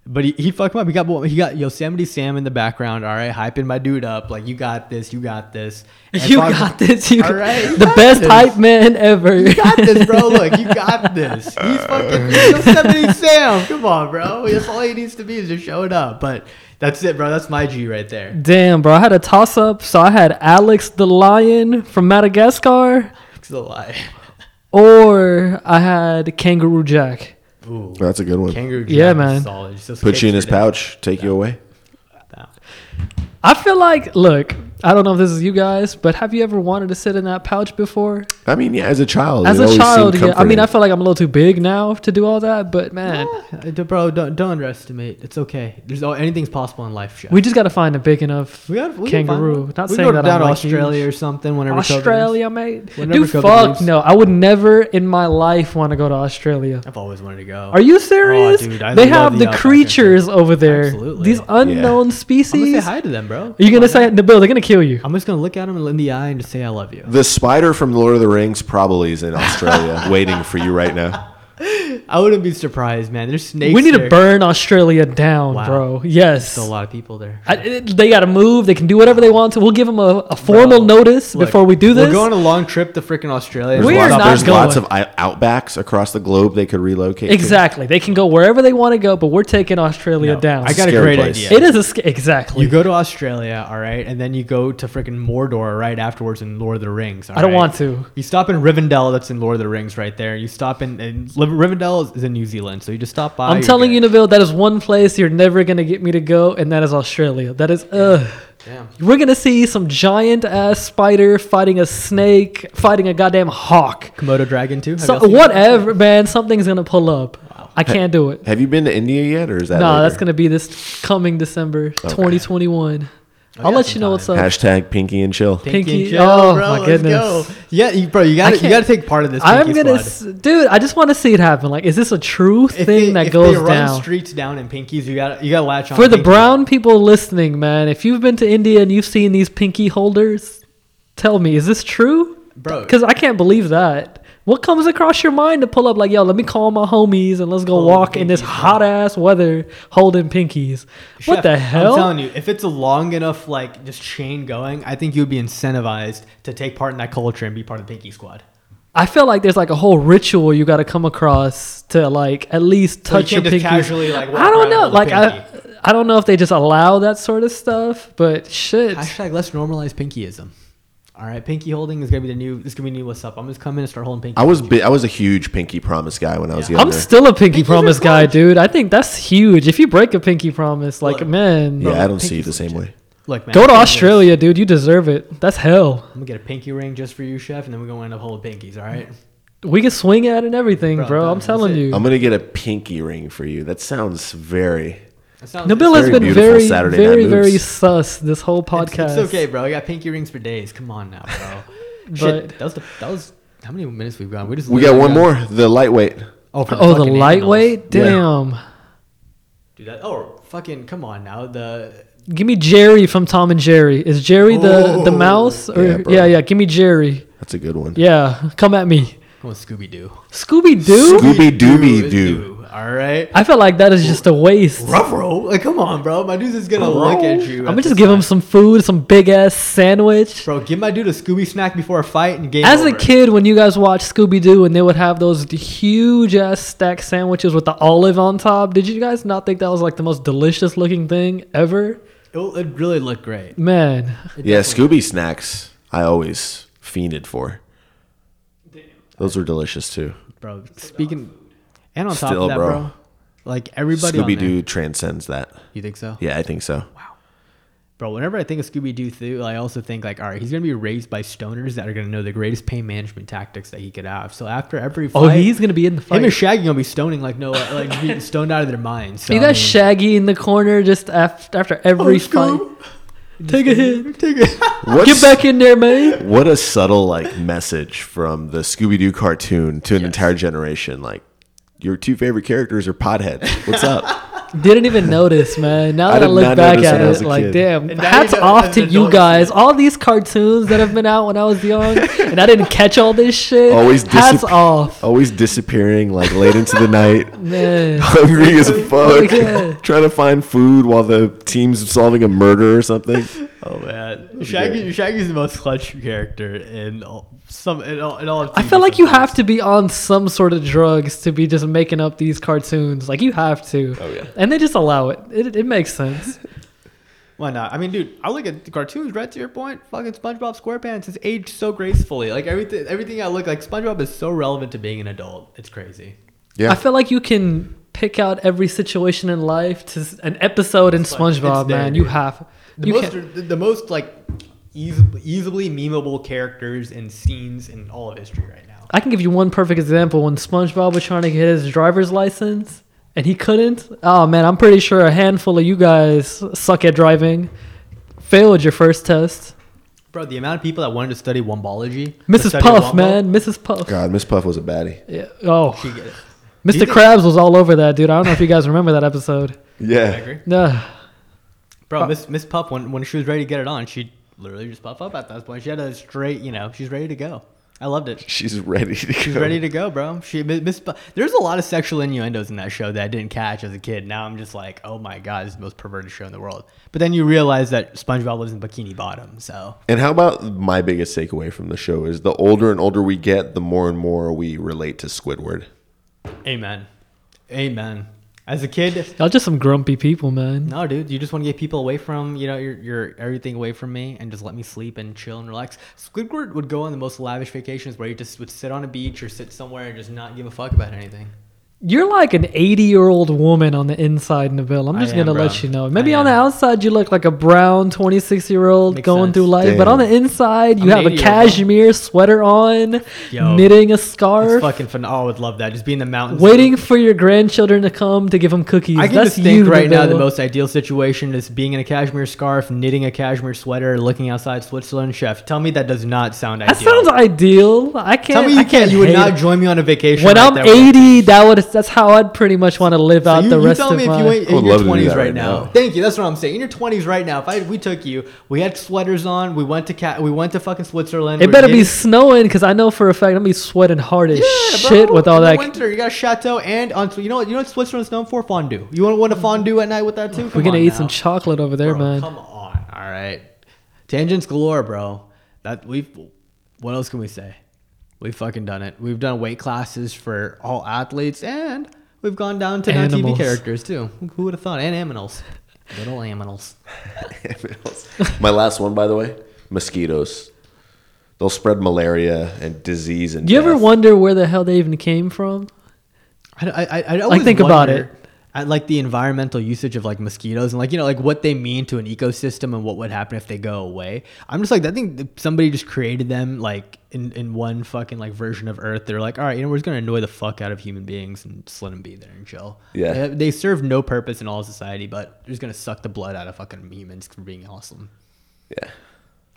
C: But he, he fucked him up. He got he got Yosemite Sam in the background. All right, hyping my dude up like you got this, you got this. And
E: You
C: Foghorn-
E: got this. You
C: All right, you
E: the
C: got
E: best
C: this.
E: hype man ever.
C: You got this, bro. Look, you got this. He's fucking Yosemite Sam. Come on, bro. That's all he needs to be is just showing up. But that's it, bro. That's my G right there.
E: Damn, bro. I had a toss up. So I had Alex the Lion from Madagascar,
C: It's a lie.
E: or I had Kangaroo Jack.
C: Ooh,
D: That's a good one.
C: kangaroo. Jack
E: Yeah,
C: is
E: man.
C: Solid. Just
D: Put you in his
C: kicks your
D: pouch, take you away.
C: dick.
E: I feel like, look, I don't know if this is you guys, but have you ever wanted to sit in that pouch before?
D: I mean, yeah, as a child.
E: As
D: it always seemed
E: a child, yeah. I mean, I
D: comforting.
E: feel like I'm a little too big now to do all that, but man,
C: Uh, d- Bro, don't don't underestimate. It's okay. There's all, anything's possible in life. Chef.
E: we just got to find a big enough
C: We got- we can find
E: kangaroo.
C: one.
E: Not
C: we
E: saying
C: go
E: that
C: down
E: I'm
C: to
E: like, huge.
C: Australia or something. Whenever COVID ends.
E: Australia, mate.
C: Whenever
E: Dude,
C: COVID
E: fuck
C: leaves.
E: no. I would never in my life want to go to Australia.
C: I've always wanted to go.
E: Are you serious?
C: Oh, dude, I
E: they
C: love
E: have
C: the
E: the
C: outback
E: creatures over there.
C: Absolutely.
E: These
C: Yeah.
E: unknown
C: I'm gonna say
E: species.
C: hi to them, bro.
E: You're gonna say no, Bill? They're gonna kill you.
C: I'm just gonna look at him in the eye and just say I love you.
D: The spider from Lord of the Rings probably is in Australia waiting for you right now.
C: I wouldn't be surprised, man. There's snakes.
E: we need
C: there.
E: to burn Australia down,
C: Wow.
E: bro. Yes.
C: Still a lot of people there.
E: I, it- they got to move. They can do whatever they want to. We'll give them a, a formal notice
C: Look,
E: before we do this.
C: we're going on a long trip to freaking Australia.
D: There's
E: We are
D: lots,
E: not
D: there's
E: going.
D: lots of i- outbacks across the globe they could relocate. to.
E: exactly. They can go wherever they want to go, but we're taking Australia down.
C: I got a
D: Scary
C: great
D: place.
C: idea.
E: It is a sca- exactly.
C: You go to Australia, all right, and then you go to freaking Mordor right afterwards in Lord of the Rings. all
E: I don't
C: right?
E: want to.
C: You stop in Rivendell, that's in Lord of the Rings right there. You stop in, and Liv- Rivendell is, is in New Zealand, so you just stop by.
E: I'm
C: you're
E: telling you,
C: good.
E: Neville, that is one place you're never gonna get me to go, and that is Australia. That is ugh.
C: Damn.
E: We're gonna see some giant ass spider fighting a snake, fighting a goddamn hawk.
C: Komodo dragon too. Have
E: So,
C: y'all seen that?
E: whatever, man. Something's gonna pull up. I can't do it.
D: Have you been to India yet, or is that?
E: No,
D: later?
E: that's gonna be this coming December, 2021. I'll
C: got
E: let
C: some
E: you know what's up.
D: Hashtag Pinky and Chill.
E: Pinky-
C: and Jill,
E: oh, my
C: let's
E: goodness.
C: go. Yeah, you, bro, you got to you
E: can't-
C: got to take part in this.
E: I'm
C: Pinky
E: gonna,
C: Squad.
E: s- dude. I just want to see it happen. Like, is this a true
C: If
E: thing
C: they-
E: that
C: if
E: goes
C: they run
E: down?
C: Streets down in pinkies. You got you got to latch on
E: For the
C: pinkies.
E: brown people listening, man, if you've been to India and you've seen these pinky holders, tell me, is this true?
C: Bro.
E: Because I can't believe that. What comes across your mind to pull up like, yo, let me call my homies and let's go
C: Holding
E: walk in this
C: pinkies, bro.
E: hot ass weather holding pinkies?
C: Chef,
E: what the
C: I'm
E: hell?
C: telling you, if it's a long enough like just chain going, I think you'd be incentivized to take part in that culture and be part of the Pinky Squad.
E: I feel like there's like a whole ritual you got to come across to like at least
C: So you
E: touch
C: can't
E: your
C: just
E: pinkies.
C: casually, like, walk
E: I
C: around
E: don't know,
C: with a
E: like I,
C: pinky.
E: I don't know if they just allow that sort of stuff, but shit.
C: Hashtag let's normalize pinkyism. All right, pinky holding is gonna be the new. This is gonna be the new. What's up? I'm just coming and start holding pinky.
D: I was bi- I was a huge Pinky Promise guy when I was younger.
E: I'm still a pinky
C: Pinkies are
E: promise guy,
C: clutch.
E: dude. I think that's huge. If you break a pinky promise, like
C: Look.
E: man,
D: yeah, I don't see
C: Pinky
D: you the same way.
C: Look, man,
E: go to
C: I'm
E: Australia, dude. You deserve it. That's hell.
C: gonna- I'm gonna get a pinky ring just for you, chef, and then we're gonna end up holding pinkies. All right.
E: We can swing at it and everything,
C: Bro,
E: bro.
C: I'm
E: I'm
C: done.
E: telling
C: That's it.
E: you.
D: I'm gonna get a pinky ring for you. That sounds very.
C: That sounds-
E: Nabil
C: it's-
E: has
D: Very
E: been
D: beautiful
E: very,
D: Saturday night
E: very,
D: moves.
E: very sus this whole
C: it's-
E: podcast.
C: It's, okay, bro. I got pinky rings for days. Come on now, bro. Shit,
E: But-
C: that was the, that was how many minutes we've gone. We just
D: We got one
C: literally
D: more. The lightweight.
C: Oh, for
E: Oh, the
C: fucking
E: lightweight?
C: animals.
E: Damn.
C: Dude, that, oh, fucking, come on now. The
E: Give me Jerry from Tom and Jerry. Is Jerry the, the
D: Oh.
E: mouse? Or,
D: Yeah,
E: yeah,
D: bro.
E: yeah, Give me Jerry.
D: That's a good one.
E: Yeah, come at me.
C: come on, Scooby Doo.
E: Scooby Doo?
D: Scooby Dooby Doo.
C: All right.
E: I feel like that is just a waste.
C: Ruffro, like, come on, bro. My dude's just gonna look at you.
E: I'm
C: at
E: gonna
C: this
E: just give him
C: time.
E: some food, some big ass sandwich.
C: Bro, give my dude a Scooby snack before a fight and game.
E: As a
C: over.
E: kid, when you guys watched Scooby Doo and they would have those huge ass stack sandwiches with the olive on top, did you guys not think that was like the most delicious looking thing ever?
C: it, it really looked great.
E: Man,
D: Yeah, Scooby snacks. I always fiended for. Those were delicious too.
C: Bro, speaking. And on top
D: Still,
C: of that,
D: bro.
C: bro. Like, everybody on
D: Scooby
C: there-
D: Doo transcends that.
C: You think so?
D: Yeah, I think so.
C: Bro, whenever I think of Scooby Doo, Thoo, I also think like, all right, he's gonna be raised by stoners that are gonna know the greatest pain management tactics that he could have. So after every fight,
E: oh, he's gonna be in the
C: him
E: fight.
C: and Shaggy gonna be stoning like no, like being stoned out of their minds. So,
E: you
C: I
E: got
C: mean-
E: Shaggy in the corner just after, after every fight.
C: Scoob.
E: Take a hit.
C: Take it.
D: What's,
E: Get back in there, man.
D: What a subtle like message from the Scooby Doo cartoon to an entire generation. Like your two favorite characters are potheads. What's up?
E: Didn't even notice, man. Now
D: I
E: that I,
D: did
E: look
D: not
E: back
D: notice
E: at
D: when I was
E: it,
D: a
E: like,
D: kid.
E: damn.
C: now
E: Hats
C: you know
E: off
C: as
E: to
C: an
E: you
C: adult,
E: guys. All these cartoons that have been out when I was young, and I didn't catch all this shit.
D: Always
E: hats
D: disap-
E: off.
D: Always disappearing like late into the night.
E: Man.
D: Hungry as fuck.
E: Yeah.
D: Trying to find food while the team's solving a murder or something.
C: Oh man, Shaggy, Shaggy's the most clutch character in all, some in all. In all of
E: I
C: TV
E: feel like you
C: sometimes.
E: have to be on some sort of drugs to be just making up these cartoons. Like you have to. Oh
D: yeah.
E: And they just allow it. It, it makes sense.
C: Why not? I mean, dude, I look at the cartoons. Right to your point, fucking SpongeBob SquarePants is aged so gracefully. Like everything, everything I look like, SpongeBob is so relevant to being an adult. It's crazy.
D: Yeah.
E: I feel like you can pick out every situation in life to s- an episode in
C: like-
E: SpongeBob,
C: it's there,
E: man. You
C: dude.
E: have.
C: The
E: you
C: most,
E: can't-
C: the, the most like easily, easily memeable characters and scenes in all of history right now.
E: I can give you one perfect example when SpongeBob was trying to get his driver's license and he couldn't. Oh man, I'm pretty sure a handful of you guys suck at driving. Failed your first test.
C: Bro, the amount of people that wanted to study wombology, to
E: Mrs.
C: study
E: Puff,
C: wombo-
E: man. Mrs. Puff.
D: God, Miss Puff was a baddie.
E: Yeah. Oh.
C: She get it. Do you
E: Mr.
C: think-
E: Krabs was all over that, dude. I don't know if you guys remember that episode.
D: Yeah.
E: Nah.
C: Bro, Miss Miss Puff, when when she was ready to get it on, she literally just puff up at that point. She had a straight, you know, she's ready to go. I loved it.
D: She's ready to go.
C: She's ready to go, bro. She mi- mis- There's a lot of sexual innuendos in that show that I didn't catch as a kid. Now I'm just like, oh my god, this is the most perverted show in the world. But then you realize that SpongeBob lives in Bikini Bottom, so
D: And how about my biggest takeaway from the show is the older and older we get, the more and more we relate to Squidward.
C: amen, amen. As a kid,
E: Y'all just some grumpy people, man.
C: No, dude, you just want to get people away from you know your your everything away from me and just let me sleep and chill and relax. Squidward would go on the most lavish vacations where he just would sit on a beach or sit somewhere and just not give a fuck about anything.
E: You're like an 80 year old woman on the inside, Nabil. I'm
C: I
E: just
C: am,
E: gonna
C: bro.
E: let you know. Maybe
C: I
E: on the
C: am.
E: outside you look like a brown 26 year old
C: Makes
E: going
C: sense.
E: through life, but
D: Damn.
E: on the inside you
C: I'm
E: have a
C: an 80-year-old, bro.
E: cashmere sweater on,
C: Yo.
E: knitting a
C: It's
E: scarf,
C: fucking fun. Oh, I would love that. Just be in the mountains,
E: waiting for your grandchildren to come to give them cookies.
C: I can
E: That's
C: just think
E: you,
C: right now the
E: Nabil.
C: most ideal situation is being in a cashmere scarf, knitting a cashmere sweater, looking outside Switzerland. Chef, tell me that does not sound
E: That
C: ideal.
E: sounds ideal. I can't.
C: tell me you
E: I
C: can't. You would
E: hate
C: not
E: it.
C: join me on a vacation.
E: When
C: right
E: I'm
C: there.
E: 80, that would that's how I'd pretty much want to live
C: So
E: out
C: you,
E: the
C: you
E: rest
C: tell
E: of
C: me
E: my.
C: if you ain't
D: I would
C: in your
D: love to do
C: twenties
D: that
C: right
D: right
C: now.
D: now.
C: Thank you. That's what I'm saying. In your twenties right now, if I we took you, we had sweaters on, we went to cat, we went to fucking Switzerland.
E: It
C: we're
E: better be
C: knitting-
E: snowing because I know for a fact I'm be sweating hard as
C: Yeah,
E: shit
C: bro,
E: with all
C: in
E: that.
C: The winter, you got a chateau and on. You know what? You know what Switzerland's known for fondue. You want to want a fondue at night with that too?
E: We're
C: Come
E: gonna
C: on
E: eat
C: now.
E: some chocolate over there,
C: Bro,
E: man.
C: Come on, all right. Tangents galore, bro. That we. have What else can we say? We've fucking done it. We've done weight classes for all athletes, and we've gone down to non TV
E: Animals.
C: characters too. Who would have thought? And aminals, little aminals.
D: My last one, by the way, mosquitoes. They'll spread malaria and disease and
E: Do you ever
D: death.
E: wonder where the hell they even came from?
C: I, I, I I'd always
E: think about
C: wonder
E: it.
C: At like the environmental usage of like mosquitoes and like you know like what they mean to an ecosystem and what would happen if they go away. I'm just like I think that somebody just created them like in, in one fucking like version of Earth. They're like, all right, you know we're just gonna annoy the fuck out of human beings and just let them be there and chill.
D: Yeah.
C: they, they serve no purpose in all of society, but they're just gonna suck the blood out of fucking humans for being awesome,
D: Yeah.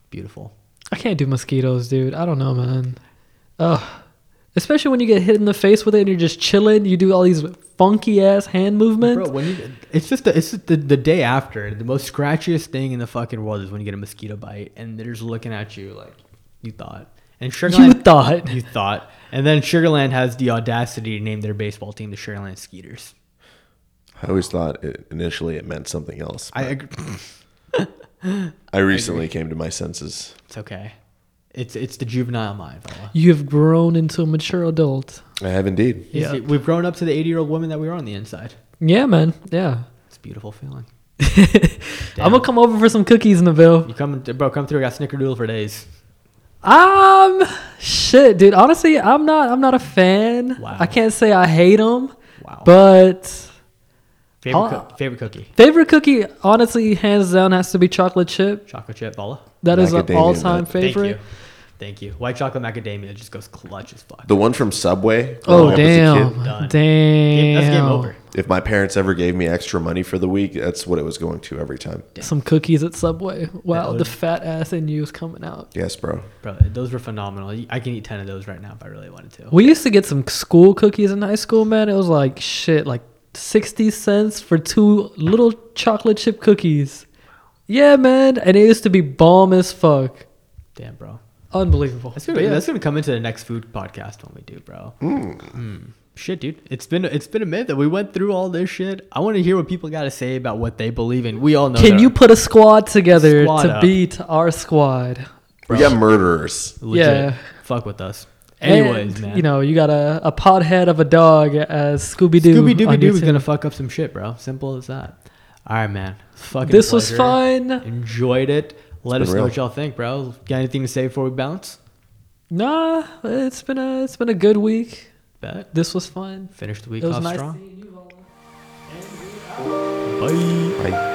C: beautiful.
E: I can't do mosquitoes, dude. I don't know, man. Ugh. Especially when you get hit in the face with it and you're just chilling. You do all these funky ass hand movements.
C: Bro, when you, it's just the, it's just the, the day after the most scratchiest thing in the fucking world is when you get a mosquito bite and they're just looking at you like you thought. And Sugarland,
E: thought.
C: you thought, and then Sugarland has the audacity to name their baseball team the Sugarland Skeeters.
D: I always thought it, initially it meant something else.
C: I,
D: I,
C: ag-
D: I recently came to my senses.
C: it's okay. It's it's the juvenile mind, fella.
E: you have grown into a mature adult.
D: I have indeed.
C: You see, we've grown up to the eighty year old woman that we were on the inside.
E: Yeah, man. Yeah.
C: It's a beautiful feeling.
E: I'm gonna come over for some cookies, Neville.
C: You come, bro, come through. I got snickerdoodle for days.
E: Um, shit, dude. Honestly, I'm not. I'm not a fan.
C: Wow.
E: I can't say I hate them,
C: Wow.
E: but
C: favorite,
E: I'll-
C: coo- favorite cookie,
E: favorite cookie, honestly, hands down, has to be chocolate chip.
C: chocolate chip, fella.
E: That is
D: Macadamia
E: an
D: nut.
E: all-time favorite.
C: Thank you. Thank you. White chocolate macadamia just goes clutch as fuck.
D: The one from Subway. growing
E: Oh
D: up as a
E: damn,
D: kid,
C: Done.
E: damn.
C: Game- that's game over.
D: If my parents ever gave me extra money for the week, that's what it was going to every time.
E: Some cookies at Subway. Wow,
C: would-
E: the fat ass in you is coming out.
D: Yes, bro.
C: Bro, those were phenomenal. I can eat 10 of those right now if I really wanted to.
E: We used to get some school cookies in high school, man. It was like shit, like sixty cents for two little chocolate chip cookies. Yeah, man, and it used to be bomb as fuck.
C: Damn, bro.
E: Unbelievable.
C: That's gonna,
E: But yeah.
C: that's gonna come into the next food podcast when we do, bro. Mm. Shit, dude. It's been it's been a minute that we went through all this shit. I want to hear what people got to say about what they believe in. We all know.
E: Can
C: that-
E: you put a squad together
C: Squad
E: to
C: up.
E: beat our squad?
D: We got murderers.
C: legit
E: yeah.
C: fuck with us? Anyways,
E: And,
C: man.
E: you know you got a, a pothead of a dog as Scooby Doo.
C: Scooby Dooby Doo is gonna fuck up some shit, bro. Simple as that. All right, man. It's Fucking
E: This was
C: pleasure.
E: fun.
C: Enjoyed it. Let us
D: been
C: know
D: real.
C: what y'all think, bro. Got anything to say before we bounce?
E: Nah, it's been a it's been a good week.
C: Bet.
E: This was fun.
C: Finish the week
E: It was
C: off
E: nice
C: strong.
E: seeing you all.
C: Bye.
D: I